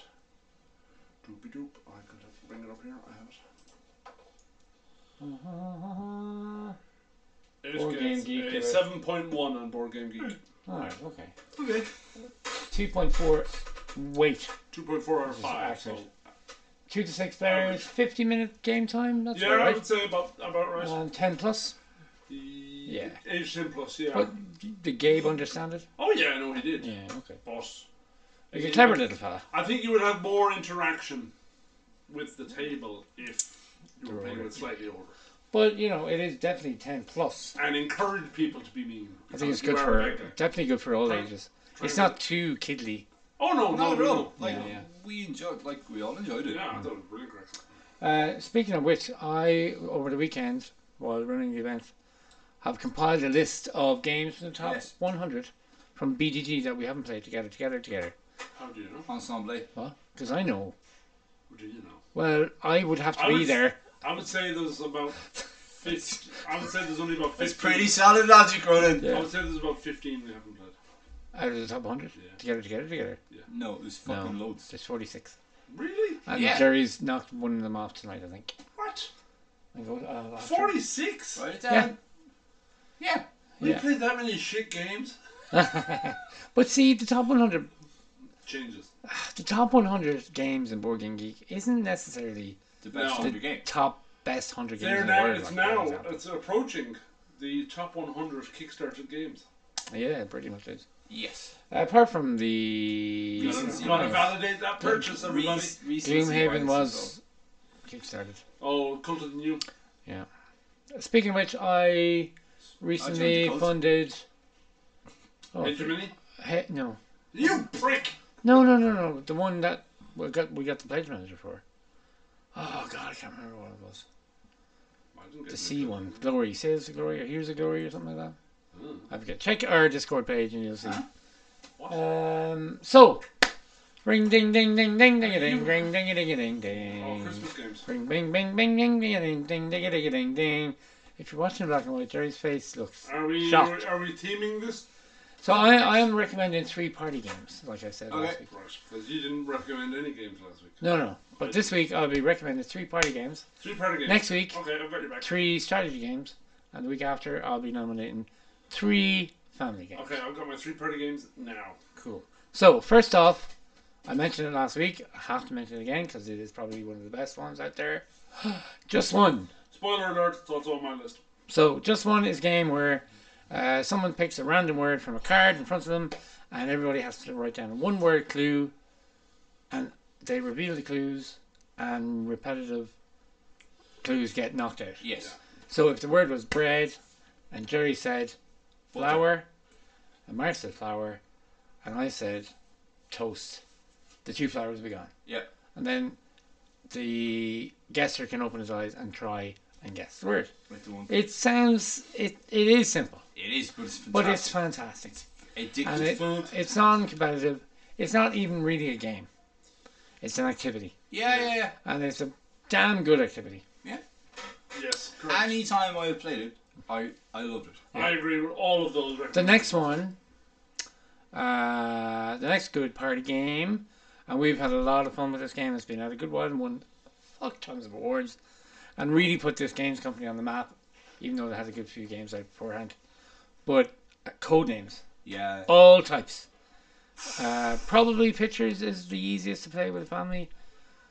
Speaker 2: Doopy doop. I could have- bring it up here. I have it. It
Speaker 1: Board Game
Speaker 2: gets
Speaker 1: Geek,
Speaker 2: a
Speaker 1: give it-
Speaker 2: 7.1 on Board Game Geek.
Speaker 1: Alright, okay.
Speaker 3: Okay.
Speaker 1: 2.4 weight.
Speaker 2: 2.4 out of 5. So.
Speaker 1: accurate. 2 to 6 players, 50 minute game time. That's
Speaker 2: Yeah,
Speaker 1: all
Speaker 2: I
Speaker 1: right.
Speaker 2: would say about, about right.
Speaker 1: And 10 plus.
Speaker 2: yeah.
Speaker 1: yeah.
Speaker 2: Age 10 plus, yeah.
Speaker 1: But did Gabe understand it?
Speaker 2: oh, yeah, I know he did.
Speaker 1: Yeah, okay.
Speaker 2: Boss.
Speaker 1: He's a
Speaker 2: Again,
Speaker 1: clever little fella.
Speaker 2: I think you would have more interaction with the table if you were playing
Speaker 1: older.
Speaker 2: with slightly older.
Speaker 1: But, you know, it is definitely 10 plus.
Speaker 2: And encourage people to be mean.
Speaker 1: I
Speaker 2: because
Speaker 1: think it's
Speaker 2: you
Speaker 1: good
Speaker 2: are
Speaker 1: for
Speaker 2: a bad guy.
Speaker 1: definitely good for all
Speaker 2: Try-
Speaker 1: ages.
Speaker 2: try
Speaker 1: It's
Speaker 2: to-
Speaker 1: not too kiddly.
Speaker 2: Oh, no, no,
Speaker 3: Not at
Speaker 2: no.
Speaker 3: all. Like
Speaker 1: Yeah, yeah.
Speaker 3: we enjoyed. Like we all enjoyed it.
Speaker 2: Yeah, I thought it was really great.
Speaker 1: Uh, speaking of which, I over the weekend while running the event have compiled a list of games from the top
Speaker 3: Yes.
Speaker 1: 100 from BGG that we haven't played together, together, together.
Speaker 2: How do you know?
Speaker 3: Ensemble.
Speaker 1: What? Because I know.
Speaker 2: What do you know?
Speaker 1: Well, I would have to
Speaker 2: I
Speaker 1: be
Speaker 2: would s-
Speaker 1: there.
Speaker 2: I would say there's about 50, I would say there's only about 15.
Speaker 3: It's pretty solid logic, Ronan.
Speaker 1: Yeah.
Speaker 2: I would say there's about 15 we haven't played.
Speaker 1: Out of the top 100,
Speaker 2: Yeah.
Speaker 1: together, together, together.
Speaker 3: No, there's fucking
Speaker 1: No.
Speaker 3: loads.
Speaker 1: There's 46,
Speaker 2: Really?
Speaker 1: and
Speaker 3: Yeah.
Speaker 1: Jerry's knocked one of them off tonight, I think.
Speaker 2: What?
Speaker 1: I go, "Oh, I'll have to-
Speaker 2: 46?
Speaker 3: Write it
Speaker 1: Yeah.
Speaker 3: down. Yeah.
Speaker 2: We
Speaker 1: Yeah.
Speaker 2: played that many shit games?
Speaker 1: But see, the top 100
Speaker 2: Changes.
Speaker 1: the top 100 games in Board Game Geek isn't necessarily
Speaker 3: The best
Speaker 2: No.
Speaker 3: no.
Speaker 1: the
Speaker 3: of game.
Speaker 1: top best 100 games
Speaker 2: They're
Speaker 1: in the
Speaker 2: now,
Speaker 1: world.
Speaker 2: it's
Speaker 1: like, for
Speaker 2: now,
Speaker 1: example.
Speaker 2: it's approaching the top 100 Kickstarter games.
Speaker 1: yeah, it pretty much is.
Speaker 3: Yes.
Speaker 1: Apart from the
Speaker 2: You
Speaker 3: Recency
Speaker 2: gotta
Speaker 3: bias.
Speaker 2: validate that purchase, everybody.
Speaker 1: Gloomhaven was kickstarted.
Speaker 2: Oh, Cult of the New.
Speaker 1: Speaking of which, I
Speaker 3: the
Speaker 1: recently
Speaker 3: cult.
Speaker 1: funded. Oh,
Speaker 2: Benjamin?
Speaker 1: he- no,
Speaker 2: You prick!
Speaker 1: no, no, no, no! The one that we got we got the pledge manager for. Oh God, I can't remember what it was.
Speaker 2: I didn't get
Speaker 1: The
Speaker 2: it.
Speaker 1: C one, glory, says glory, or here's a glory, or something like that.
Speaker 2: Mm.
Speaker 1: I forget. Check our Discord page and you'll see.
Speaker 3: Uh-huh.
Speaker 2: What?
Speaker 1: Um, so, ring ding ding ding ding ding a ding ring ding a ding a ding
Speaker 2: Oh,
Speaker 1: ding.
Speaker 2: Christmas games.
Speaker 1: Bing, bing, bing, bing, ding, ding, ding, ding, ding, ding, ding, ding. If you're watching black and white, Jerry's face looks
Speaker 2: Are we,
Speaker 1: shocked.
Speaker 2: are we teaming this?
Speaker 1: So I, I am recommending three party games, like I said last
Speaker 3: Okay.
Speaker 1: week.
Speaker 2: Right, because you didn't recommend any games last week.
Speaker 1: No, no. But this week I'll be recommending three party games.
Speaker 2: Three party games.
Speaker 1: Next week,
Speaker 2: Okay, I've got your back.
Speaker 1: three strategy games, and the week after I'll be nominating three family games.
Speaker 2: Okay, I've got my three party games now.
Speaker 1: Cool. So first off, I mentioned it last week. I have to mention it again because it is probably one of the best ones out there. Just one.
Speaker 2: Spoiler alert, it's also on my list.
Speaker 1: So just one is a game where uh, someone picks a random word from a card in front of them, and everybody has to write down a one word clue, and they reveal the clues, and repetitive clues get knocked out.
Speaker 3: Yes.
Speaker 1: So if the word was bread, and Jerry said flour, and Mark said flour, and I said toast, the two flowers will be gone.
Speaker 3: Yeah.
Speaker 1: And then the guesser can open his eyes and try and guess the word.
Speaker 3: With the one.
Speaker 1: It sounds it it is simple,
Speaker 3: It is, but it's fantastic.
Speaker 1: but it's fantastic,
Speaker 3: addictive
Speaker 1: and it,
Speaker 3: food.
Speaker 1: it's non-competitive. It's not even really a game; it's an activity,
Speaker 3: Yeah, yeah, yeah.
Speaker 1: and it's a damn good activity.
Speaker 2: Yes, correct.
Speaker 3: Anytime I have played it, I I loved it.
Speaker 2: I agree with all of those
Speaker 1: The
Speaker 2: recommendations.
Speaker 1: next one, uh, the next good party game, and we've had a lot of fun with this game. It's been out a good while and won fuck tons of awards, and really put this games company on the map. Even though they had a good few games out beforehand, but uh, code names.
Speaker 3: Yeah.
Speaker 1: all types. Uh, probably pictures is the easiest to play with a family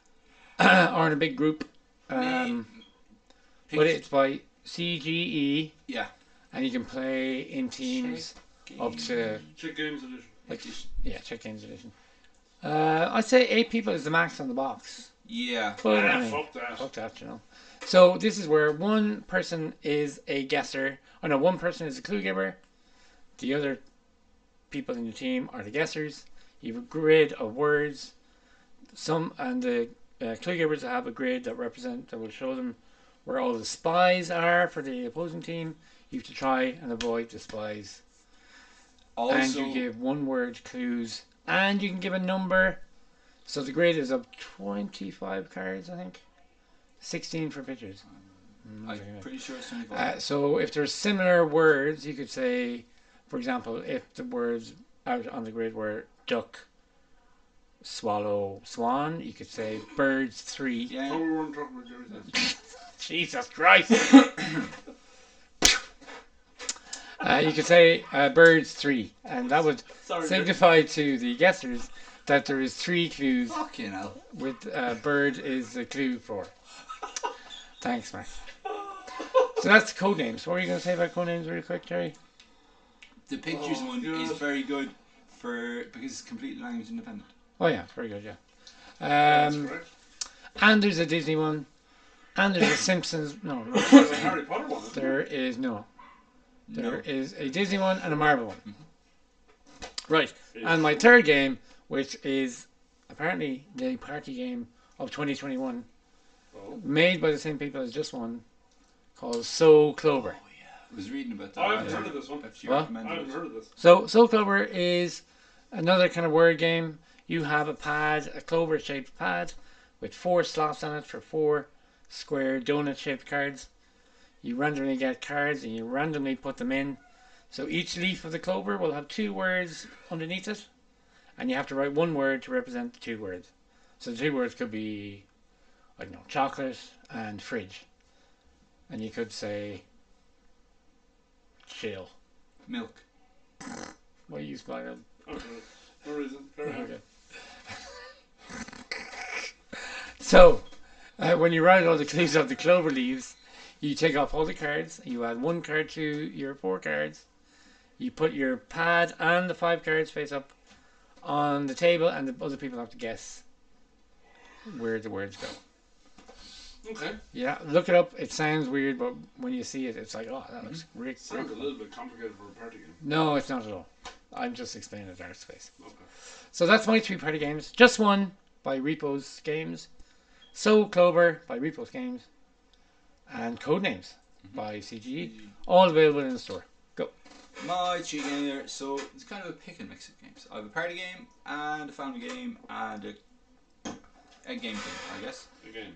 Speaker 1: or in a big group. Um,
Speaker 3: Pick-
Speaker 1: but it's by CGE,
Speaker 3: yeah.
Speaker 1: and you can play in teams up to
Speaker 2: Check games edition.
Speaker 1: like yeah, check games edition. Uh, I'd say eight people is the max on the box.
Speaker 3: Yeah.
Speaker 1: But
Speaker 2: Ah,
Speaker 1: I mean,
Speaker 2: fuck that.
Speaker 1: fuck that, you know. So this is where one person is a guesser. Oh no, one person is a clue giver. The other people in your team are the guessers. You have a grid of words. Some and the uh, clue givers have a grid that represent that will show them where all the spies are for the opposing team. You have to try and avoid the spies. And
Speaker 3: Also,
Speaker 1: you give one word clues, and you can give a number. So the grid is of 25 cards, I think. 16 for pictures.
Speaker 3: I'm pretty sure it's 25.
Speaker 1: Uh, so if there's similar words, you could say, for example, if the words out on the grid were duck, swallow, swan, you could say birds three.
Speaker 2: So
Speaker 3: yeah.
Speaker 2: we weren't talking about Jerry's house.
Speaker 1: Jesus Christ. uh, you could say uh, birds three, and that would
Speaker 2: Sorry, Jerry.
Speaker 1: signify to the guessers that there is three clues
Speaker 3: Fucking hell.
Speaker 1: with uh, bird is the clue for. Thanks, Mark. So that's codenames. What were you going to say about codenames really quick, Jerry?
Speaker 3: The pictures
Speaker 2: Oh,
Speaker 3: one
Speaker 2: God.
Speaker 3: is very good for because it's completely language independent.
Speaker 1: Oh, yeah, very good, yeah.
Speaker 2: That's
Speaker 1: Um,
Speaker 2: correct.
Speaker 1: and there's a Disney one. And there's a Simpsons. No, no.
Speaker 2: There's a Harry Potter one. isn't
Speaker 1: There is no. There
Speaker 3: No.
Speaker 1: is a Disney one and a Marvel one. Right. And my third game, which is apparently the party game of 2021,
Speaker 2: Oh.
Speaker 1: made by the same people as this one, called So Clover.
Speaker 3: I was reading about that.
Speaker 2: I haven't heard of this one.
Speaker 3: After you
Speaker 1: What?
Speaker 2: I
Speaker 3: recommended
Speaker 2: haven't
Speaker 3: it.
Speaker 2: heard of this.
Speaker 1: So Soul Clover is another kind of word game. You have a pad, a clover shaped pad with four slots on it for four square donut shaped cards. You randomly get cards and you randomly put them in. So each leaf of the clover will have two words underneath it and you have to write one word to represent the two words. So the two words could be I don't know, chocolate and fridge. And you could say chill.
Speaker 3: Milk.
Speaker 1: What are you smiling? at?
Speaker 2: I haven't heard of this. No reason. Fair enough.
Speaker 1: Okay. so, uh, when you write all the clues of the clover leaves, you take off all the cards. You add one card to your four cards. You put your pad and the five cards face up on the table, and the other people have to guess where the words go.
Speaker 2: Okay.
Speaker 1: Yeah, look it up. It sounds weird, but when you see it, it's like, oh, that looks great.
Speaker 2: Sounds a little bit complicated for a party game.
Speaker 1: No, it's not at all. I'm just explaining it in our space.
Speaker 2: Okay.
Speaker 1: So that's my three party games. Just one by Repos Games. So Clover by Repos Games. And Codenames
Speaker 3: Mm-hmm.
Speaker 1: by CGE.
Speaker 3: E.
Speaker 1: All available in the store. Go.
Speaker 3: My three game here. So it's kind of a pick and mix of games. I have a party game and a family game and a, a game game, I guess.
Speaker 2: Again.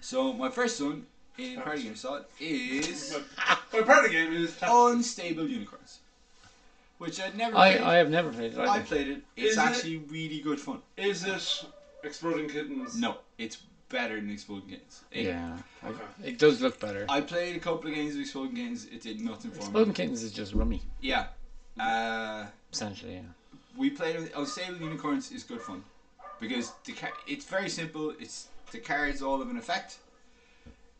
Speaker 3: So my first one in party game slot is
Speaker 2: My party game is.
Speaker 3: Unstable Unicorns, which I'd never.
Speaker 1: I,
Speaker 3: played.
Speaker 1: I have never played it
Speaker 3: I
Speaker 1: either.
Speaker 3: played it. It's
Speaker 2: Is it-
Speaker 3: actually really good fun.
Speaker 2: Is it Exploding Kittens?
Speaker 3: No, it's better than Exploding Games. It-
Speaker 1: Yeah. I-
Speaker 2: Okay.
Speaker 1: It does look better.
Speaker 3: I played a couple of games of Exploding Games. It did nothing for
Speaker 1: Exploding
Speaker 3: me.
Speaker 1: Kittens is just rummy,
Speaker 3: Yeah. Uh,
Speaker 1: essentially. Yeah.
Speaker 3: we played with Unstable Unicorns is good fun because the car- it's very simple. It's the cards all have an effect.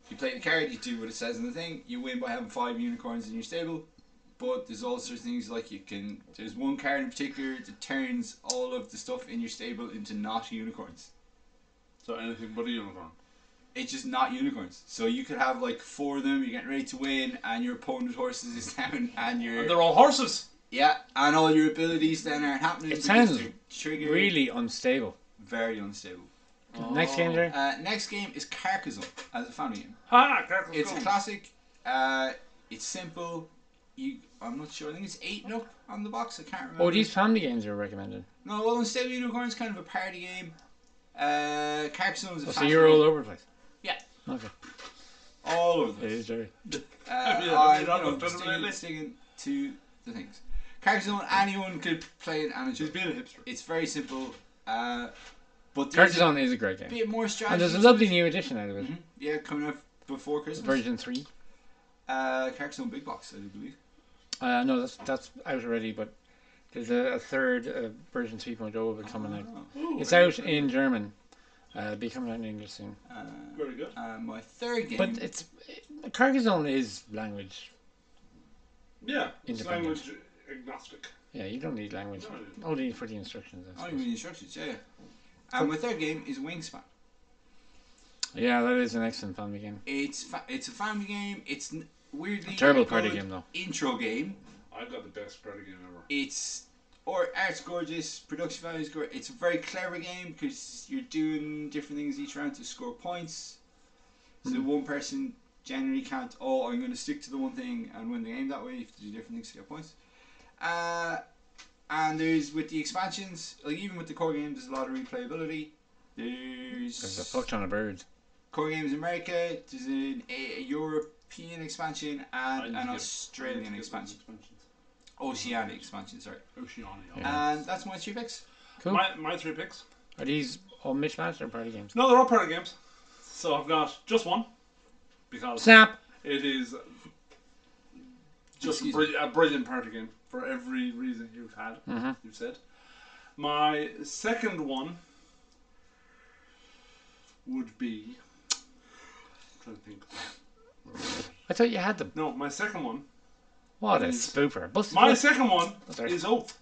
Speaker 3: You play the card, you do what it says in the thing. You win by having five unicorns in your stable. But there's all sorts of things like you can. There's one card in particular that turns all of the stuff in your stable into not unicorns.
Speaker 2: So anything but a unicorn.
Speaker 3: It's just not unicorns. So you could have like four of them. You're getting ready to win, and your opponent's horses is down, and your
Speaker 2: And they're all horses.
Speaker 3: yeah, and all your abilities then aren't happening.
Speaker 1: It
Speaker 3: because
Speaker 1: sounds
Speaker 3: they're triggered.
Speaker 1: Really unstable.
Speaker 3: very unstable.
Speaker 1: Next game, Jerry.
Speaker 3: Uh, next game is Carcassonne as a family game.
Speaker 2: Ha! Crackle
Speaker 3: It's a
Speaker 2: Skull.
Speaker 3: classic. Uh, it's simple. You, I'm not sure. I think it's eight and up on the box. I can't remember.
Speaker 1: Oh, these family games are recommended.
Speaker 3: No, well, Unstable Unicorn's kind of a party game. Uh, Carcassonne is a
Speaker 1: Oh, so
Speaker 3: fast
Speaker 1: you're all
Speaker 3: one.
Speaker 1: over the place.
Speaker 3: Yeah.
Speaker 1: Okay.
Speaker 3: all over the
Speaker 1: It
Speaker 3: place.
Speaker 1: is, Jerry.
Speaker 3: Uh,
Speaker 2: Yeah,
Speaker 3: I,
Speaker 2: I
Speaker 3: you
Speaker 2: don't
Speaker 3: know,
Speaker 2: know, doesn't
Speaker 3: sticking,
Speaker 2: really-
Speaker 3: sticking to the things. Carcassonne, anyone could play it, and
Speaker 2: She's
Speaker 3: it's,
Speaker 2: being a hipster.
Speaker 3: it's very simple. Uh, but there's
Speaker 1: Carcassonne is a great
Speaker 3: a Mm-hmm.
Speaker 1: game.
Speaker 3: bit more strategy.
Speaker 1: And there's a
Speaker 3: to it.
Speaker 1: lovely new edition out of it.
Speaker 3: Yeah, coming up before Christmas.
Speaker 1: Version 3.
Speaker 3: Uh, Carcassonne Big Box, I do believe.
Speaker 1: Uh, no, that's that's out already, but there's a, a third uh, version 3.0 of it coming out.
Speaker 3: Oh.
Speaker 1: It's out in German, Uh, be coming out in English soon.
Speaker 3: Uh,
Speaker 2: Very good.
Speaker 3: and my third game.
Speaker 1: But it's Carcassonne is language.
Speaker 2: Yeah. It's
Speaker 1: Independent.
Speaker 2: language agnostic.
Speaker 1: Yeah, you don't need language.
Speaker 2: No, I didn't.
Speaker 1: Only for the instructions. I
Speaker 3: I don't
Speaker 1: suppose.
Speaker 3: even need instructions, Oh, yeah. yeah. And my third game is Wingspan.
Speaker 1: Yeah, that is an excellent family game.
Speaker 3: It's fa- it's a family game. It's n- weirdly
Speaker 1: Terrible
Speaker 3: good
Speaker 1: party game, though.
Speaker 3: Intro game.
Speaker 2: I've got the best party game ever.
Speaker 3: It's or art's gorgeous, production value is great. It's a very clever game because you're doing different things each round to score points. So
Speaker 1: Hmm.
Speaker 3: one person generally can't. Oh, I'm going to stick to the one thing and win the game that way. You have to do different things to get points. Uh, and there's with the expansions, like even with the core game, there's a lot of replayability. There's
Speaker 1: There's a fuck ton of birds.
Speaker 3: Core Games America, there's an, a, a European expansion
Speaker 2: I need
Speaker 3: and
Speaker 2: to
Speaker 3: an
Speaker 2: get- I need to
Speaker 3: Australian
Speaker 2: get those
Speaker 3: expansion.
Speaker 2: expansions.
Speaker 3: Oceanic expansion, sorry.
Speaker 2: Oceania.
Speaker 3: And that's my three picks.
Speaker 1: Cool.
Speaker 2: My, my three picks.
Speaker 1: Are these all mismatched or party games?
Speaker 2: No, they're all party games. So I've got just one because
Speaker 1: Snap.
Speaker 2: it is just a,
Speaker 3: Excuse
Speaker 2: brill- a brilliant party game for every reason you've had. You've said. My second one would be. I'm trying to think.
Speaker 1: I thought you had them.
Speaker 2: No, my second one.
Speaker 1: What a
Speaker 2: Yes.
Speaker 1: spooper. Busted
Speaker 2: My
Speaker 1: Wit.
Speaker 2: second one
Speaker 1: sorry.
Speaker 2: is Oath.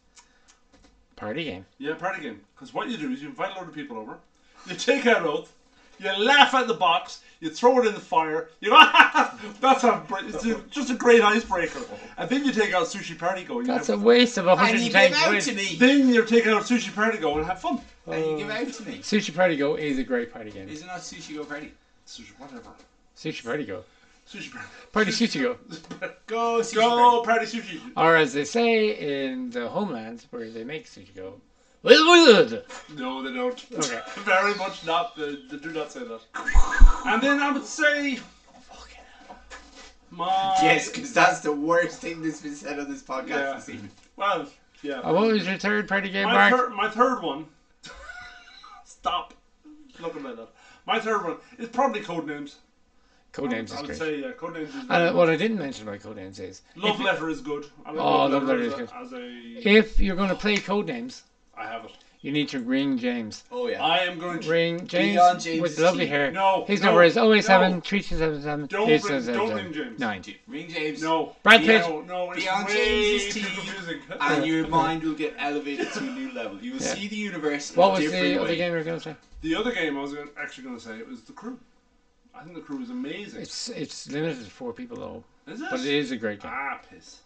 Speaker 1: party game.
Speaker 2: Yeah, party game. Because what you do is you invite a load of people over, you take out oath, you laugh at the box, you throw it in the fire. You go, that's a br- it's a- just a great icebreaker. And then you take out sushi party go. You
Speaker 1: That's a
Speaker 2: have,
Speaker 1: waste of
Speaker 3: And you gave
Speaker 1: 110
Speaker 3: out to
Speaker 1: quid.
Speaker 3: me.
Speaker 2: then you take out sushi party go and have fun.
Speaker 3: And you give out to me.
Speaker 1: Sushi Party Go is a great party game.
Speaker 3: Is it not Sushi Go Party?
Speaker 2: Sushi whatever.
Speaker 1: Sushi Party Go.
Speaker 2: Sushi party.
Speaker 1: Party Sushi Go.
Speaker 3: Go Sushi
Speaker 2: Go party sushi.
Speaker 1: Or as they say in the homelands where they make Sushi Go. Okay.
Speaker 2: No, they don't. Very much not. They, they do not say that. And then I would say my
Speaker 3: Yes, because that's the worst thing that's been said on this podcast
Speaker 2: Yeah.
Speaker 3: this evening.
Speaker 2: Well, yeah.
Speaker 1: Uh, what was your third party game,
Speaker 2: my,
Speaker 1: Mark?
Speaker 2: thir- my third one. Stop looking at that. My third one is probably Codenames.
Speaker 1: Codenames
Speaker 2: I would
Speaker 1: is great.
Speaker 2: say yeah, Codenames is
Speaker 1: And uh, what I didn't mention about Codenames is
Speaker 2: Love Letter is good. I like
Speaker 1: Oh, Love Letter
Speaker 2: as
Speaker 1: is
Speaker 2: a-
Speaker 1: good.
Speaker 2: As a,
Speaker 1: if you're going to play Codenames,
Speaker 2: I have it.
Speaker 1: you need to ring James.
Speaker 3: Oh, yeah.
Speaker 2: I am going to.
Speaker 1: Ring James,
Speaker 3: Beyond James'
Speaker 1: with lovely
Speaker 3: team.
Speaker 1: hair.
Speaker 2: No,
Speaker 1: His
Speaker 2: no,
Speaker 1: number is
Speaker 2: no.
Speaker 1: 087 3777
Speaker 2: Don't ring- don't ring James.
Speaker 1: 9.
Speaker 3: Ring James.
Speaker 2: No.
Speaker 1: Brad Pitt.
Speaker 2: No, no, it's
Speaker 3: Beyond
Speaker 2: way
Speaker 3: James's
Speaker 2: too
Speaker 3: team.
Speaker 2: confusing.
Speaker 3: And your mind will get elevated to a new level. You will see the universe. in
Speaker 1: What
Speaker 3: a
Speaker 1: was
Speaker 3: different
Speaker 1: the
Speaker 3: way.
Speaker 1: other game you were going to say?
Speaker 2: the other game I was gonna, actually going to say was the crew. I think the crew is amazing.
Speaker 1: It's it's limited to four people though,
Speaker 2: is it?
Speaker 1: but it is a great game.
Speaker 2: ah piss.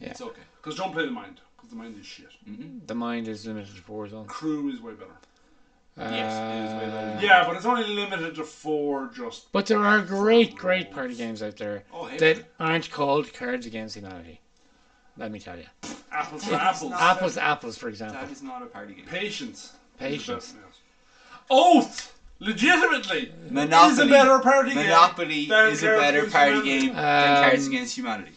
Speaker 3: It's okay.
Speaker 2: Because don't play the mind. Because the mind is shit.
Speaker 1: The mind is limited to four as well.
Speaker 2: Crew is way better.
Speaker 3: Yes, it is way better.
Speaker 1: Uh,
Speaker 2: Yeah, but it's only limited to four. Just
Speaker 1: But there are great, great party games out there
Speaker 3: Oh, hey,
Speaker 1: that aren't called Cards Against Humanity. Let me tell you.
Speaker 2: apples for apples.
Speaker 3: not-
Speaker 1: Apples, apples, for example.
Speaker 3: That is not a party game.
Speaker 2: Patience.
Speaker 1: Patience.
Speaker 2: Oath. Legitimately.
Speaker 3: Monopoly
Speaker 2: Is a better party game.
Speaker 3: Monopoly
Speaker 2: than
Speaker 3: is a
Speaker 2: Cards
Speaker 3: better
Speaker 2: Against
Speaker 3: party
Speaker 2: Humanity.
Speaker 3: game than Cards
Speaker 1: Um,
Speaker 3: Against Humanity.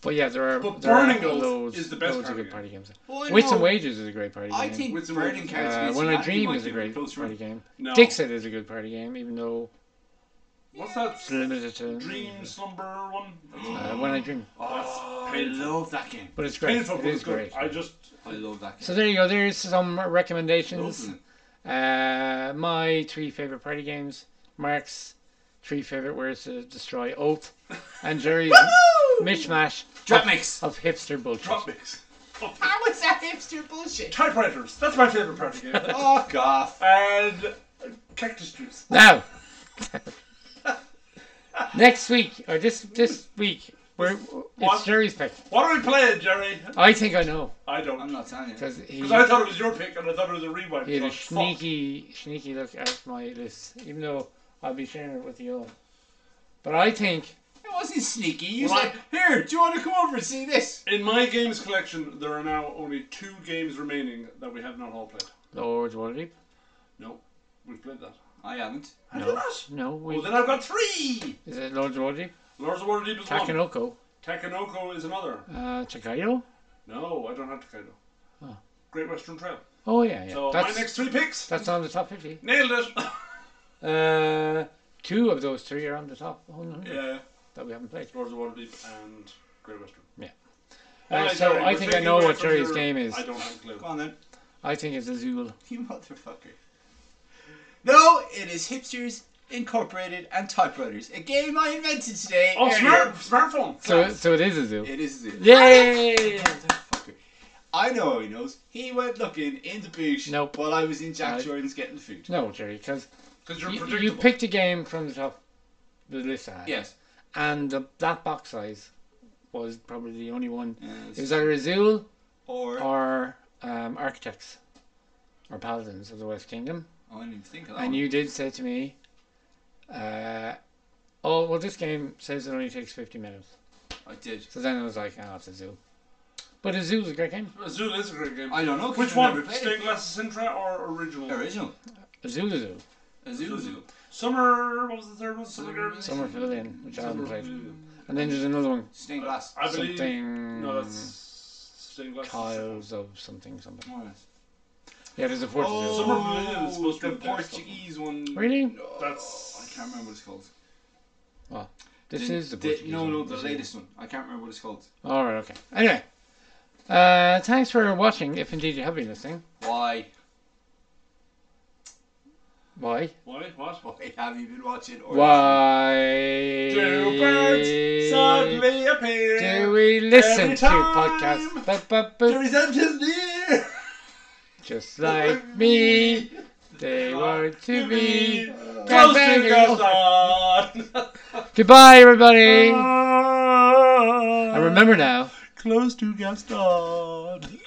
Speaker 1: But yeah, there are.
Speaker 2: But
Speaker 1: there are
Speaker 2: Burning Oath
Speaker 1: loads,
Speaker 2: is the best
Speaker 1: loads of
Speaker 2: party
Speaker 1: good
Speaker 2: game.
Speaker 1: party games.
Speaker 3: Well, I
Speaker 1: Wits
Speaker 3: know-
Speaker 1: and Wages is a great party
Speaker 3: I
Speaker 1: game.
Speaker 3: think
Speaker 2: With some
Speaker 3: Burning
Speaker 2: rules.
Speaker 3: Cards
Speaker 1: uh,
Speaker 3: Against
Speaker 1: When I
Speaker 3: Humanity
Speaker 1: Dream
Speaker 3: might
Speaker 1: is a
Speaker 3: give it
Speaker 1: great
Speaker 3: close
Speaker 1: party
Speaker 3: run.
Speaker 1: game.
Speaker 2: No.
Speaker 1: Dixit is a good party game, even though
Speaker 2: What's that?
Speaker 1: it's limited to.
Speaker 2: Dream slumber one.
Speaker 1: Uh, when I Dream.
Speaker 2: Oh,
Speaker 3: I love that game.
Speaker 1: But it's great.
Speaker 2: Painful,
Speaker 1: it
Speaker 2: but
Speaker 1: is
Speaker 2: it's good.
Speaker 1: great.
Speaker 2: I just
Speaker 3: I love that game.
Speaker 1: So there you go. There's some recommendations.
Speaker 3: Lovely.
Speaker 1: Uh, my three favorite party games. Mark's three favorite words to destroy oath, and Jerry's mishmash
Speaker 3: Drop mix.
Speaker 1: of hipster bullshit.
Speaker 2: tropics.
Speaker 3: How is that hipster bullshit?
Speaker 2: Typewriters. That's my favorite party game.
Speaker 3: Fuck off.
Speaker 2: and uh, cactus juice.
Speaker 1: Now, next week or this this week, we're, it's
Speaker 2: What?
Speaker 1: Jerry's pick.
Speaker 2: What are we playing, Jerry?
Speaker 1: I think I know
Speaker 2: I don't.
Speaker 3: I'm not telling you.
Speaker 1: because he,
Speaker 2: Because I thought it was your pick, and I thought it was a rewind.
Speaker 1: he had a
Speaker 2: so I fucked.
Speaker 1: sneaky sneaky look at my list, even though I'll be sharing it with you all. But I think
Speaker 3: It wasn't sneaky. You
Speaker 2: Well,
Speaker 3: said, here, do you want to come over and see this?
Speaker 2: In my games collection, there are now only two games remaining that we have not all played.
Speaker 1: Lord Waterdeep.
Speaker 2: No, we've played that.
Speaker 3: I haven't.
Speaker 2: I did not.
Speaker 1: No, we,
Speaker 2: Well, then I've got three.
Speaker 1: is it Lord Waterdeep?
Speaker 2: Lords of Waterdeep is one.
Speaker 1: Takanoko,
Speaker 2: Takanoko is another.
Speaker 1: uh, Takaido.
Speaker 2: No, I don't have Takedo. Great Western Trail.
Speaker 1: Oh yeah, yeah.
Speaker 2: So
Speaker 1: that's
Speaker 2: my next three picks.
Speaker 1: that's on the top fifty.
Speaker 2: Nailed it.
Speaker 1: Uh, two of those three are on the top 100
Speaker 2: yeah.
Speaker 1: that we haven't played.
Speaker 2: Lords of Waterdeep and Great Western.
Speaker 1: Uh,
Speaker 2: Alright,
Speaker 1: so
Speaker 2: Jerry,
Speaker 1: I
Speaker 2: we're
Speaker 1: think I
Speaker 2: taking
Speaker 1: know
Speaker 2: away
Speaker 1: what
Speaker 2: from
Speaker 1: Jerry's
Speaker 2: your-
Speaker 1: game is.
Speaker 2: I don't have a clue.
Speaker 3: Go on then.
Speaker 1: I think it's Azul.
Speaker 3: You motherfucker. No, it is Hipsters Incorporated and Typewriters, a game I invented today.
Speaker 2: Oh,
Speaker 3: earlier.
Speaker 2: smart, smartphone.
Speaker 1: So, so it is a zoo.
Speaker 3: It is. It.
Speaker 1: Yay!
Speaker 3: Fucker. I know how he knows. He went looking in the bush
Speaker 1: Nope.
Speaker 3: while I was in Jack
Speaker 1: Right.
Speaker 3: Jordan's getting the food.
Speaker 1: No, Jerry, because
Speaker 2: Because you're
Speaker 1: you,
Speaker 2: predictable.
Speaker 1: you picked a game from the top of the list I had.
Speaker 3: Yes.
Speaker 1: And the, that box size was probably the only one.
Speaker 3: Yes.
Speaker 1: It was either Azul
Speaker 3: Or,
Speaker 1: or um, Architects or Paladins of the West Kingdom.
Speaker 3: I didn't even think of that.
Speaker 1: And
Speaker 3: one.
Speaker 1: you did say to me, uh, oh, well, this game says it only takes 50 minutes.
Speaker 3: I did.
Speaker 1: So then I was like, oh, it's Azul. But Azul's a great game.
Speaker 2: Azul is a great game.
Speaker 3: I don't know. 'cause
Speaker 2: Which
Speaker 3: I've
Speaker 2: one?
Speaker 3: never played it.
Speaker 2: Stained Glass Sintra or original?
Speaker 3: Original.
Speaker 1: Azul Azul.
Speaker 3: Azul Azul.
Speaker 2: Summer. What was the third one? Summer Gardens.
Speaker 1: Summer Pavilion, which I haven't
Speaker 2: Summer
Speaker 1: played.
Speaker 2: Pavilion.
Speaker 1: And then there's another one,
Speaker 3: Stained glass.
Speaker 2: I believe.
Speaker 1: something.
Speaker 2: No, that's stained glass.
Speaker 1: Tiles of something, something.
Speaker 3: Alright.
Speaker 1: Yeah, there's a fourth Azul.
Speaker 2: Summer Pavilion is supposed to
Speaker 3: Oh, the
Speaker 2: be the best
Speaker 3: Portuguese one.
Speaker 1: Really?
Speaker 3: Oh,
Speaker 2: That's-
Speaker 3: I can't remember what it's called.
Speaker 1: This
Speaker 3: The-
Speaker 1: is the
Speaker 3: the-
Speaker 1: Portuguese
Speaker 3: No,
Speaker 1: one,
Speaker 3: no, the
Speaker 1: isn't it?
Speaker 3: latest one. I can't remember what it's called.
Speaker 1: All right, okay. Anyway, uh, thanks for watching. If indeed you have been listening,
Speaker 3: Why?
Speaker 1: why?
Speaker 2: Why? What?
Speaker 3: Why have you been watching? Or
Speaker 1: Why
Speaker 2: Oh, Two birds suddenly appear.
Speaker 1: do we listen
Speaker 2: every
Speaker 1: to podcasts?
Speaker 2: time.
Speaker 1: Ba, ba,
Speaker 2: The
Speaker 1: ba,
Speaker 2: result is near.
Speaker 1: just like me, they want to be.
Speaker 2: Close
Speaker 1: Bang,
Speaker 2: to
Speaker 1: bang,
Speaker 2: Gaston.
Speaker 1: Goodbye, everybody. And remember now.
Speaker 2: Close to Gaston.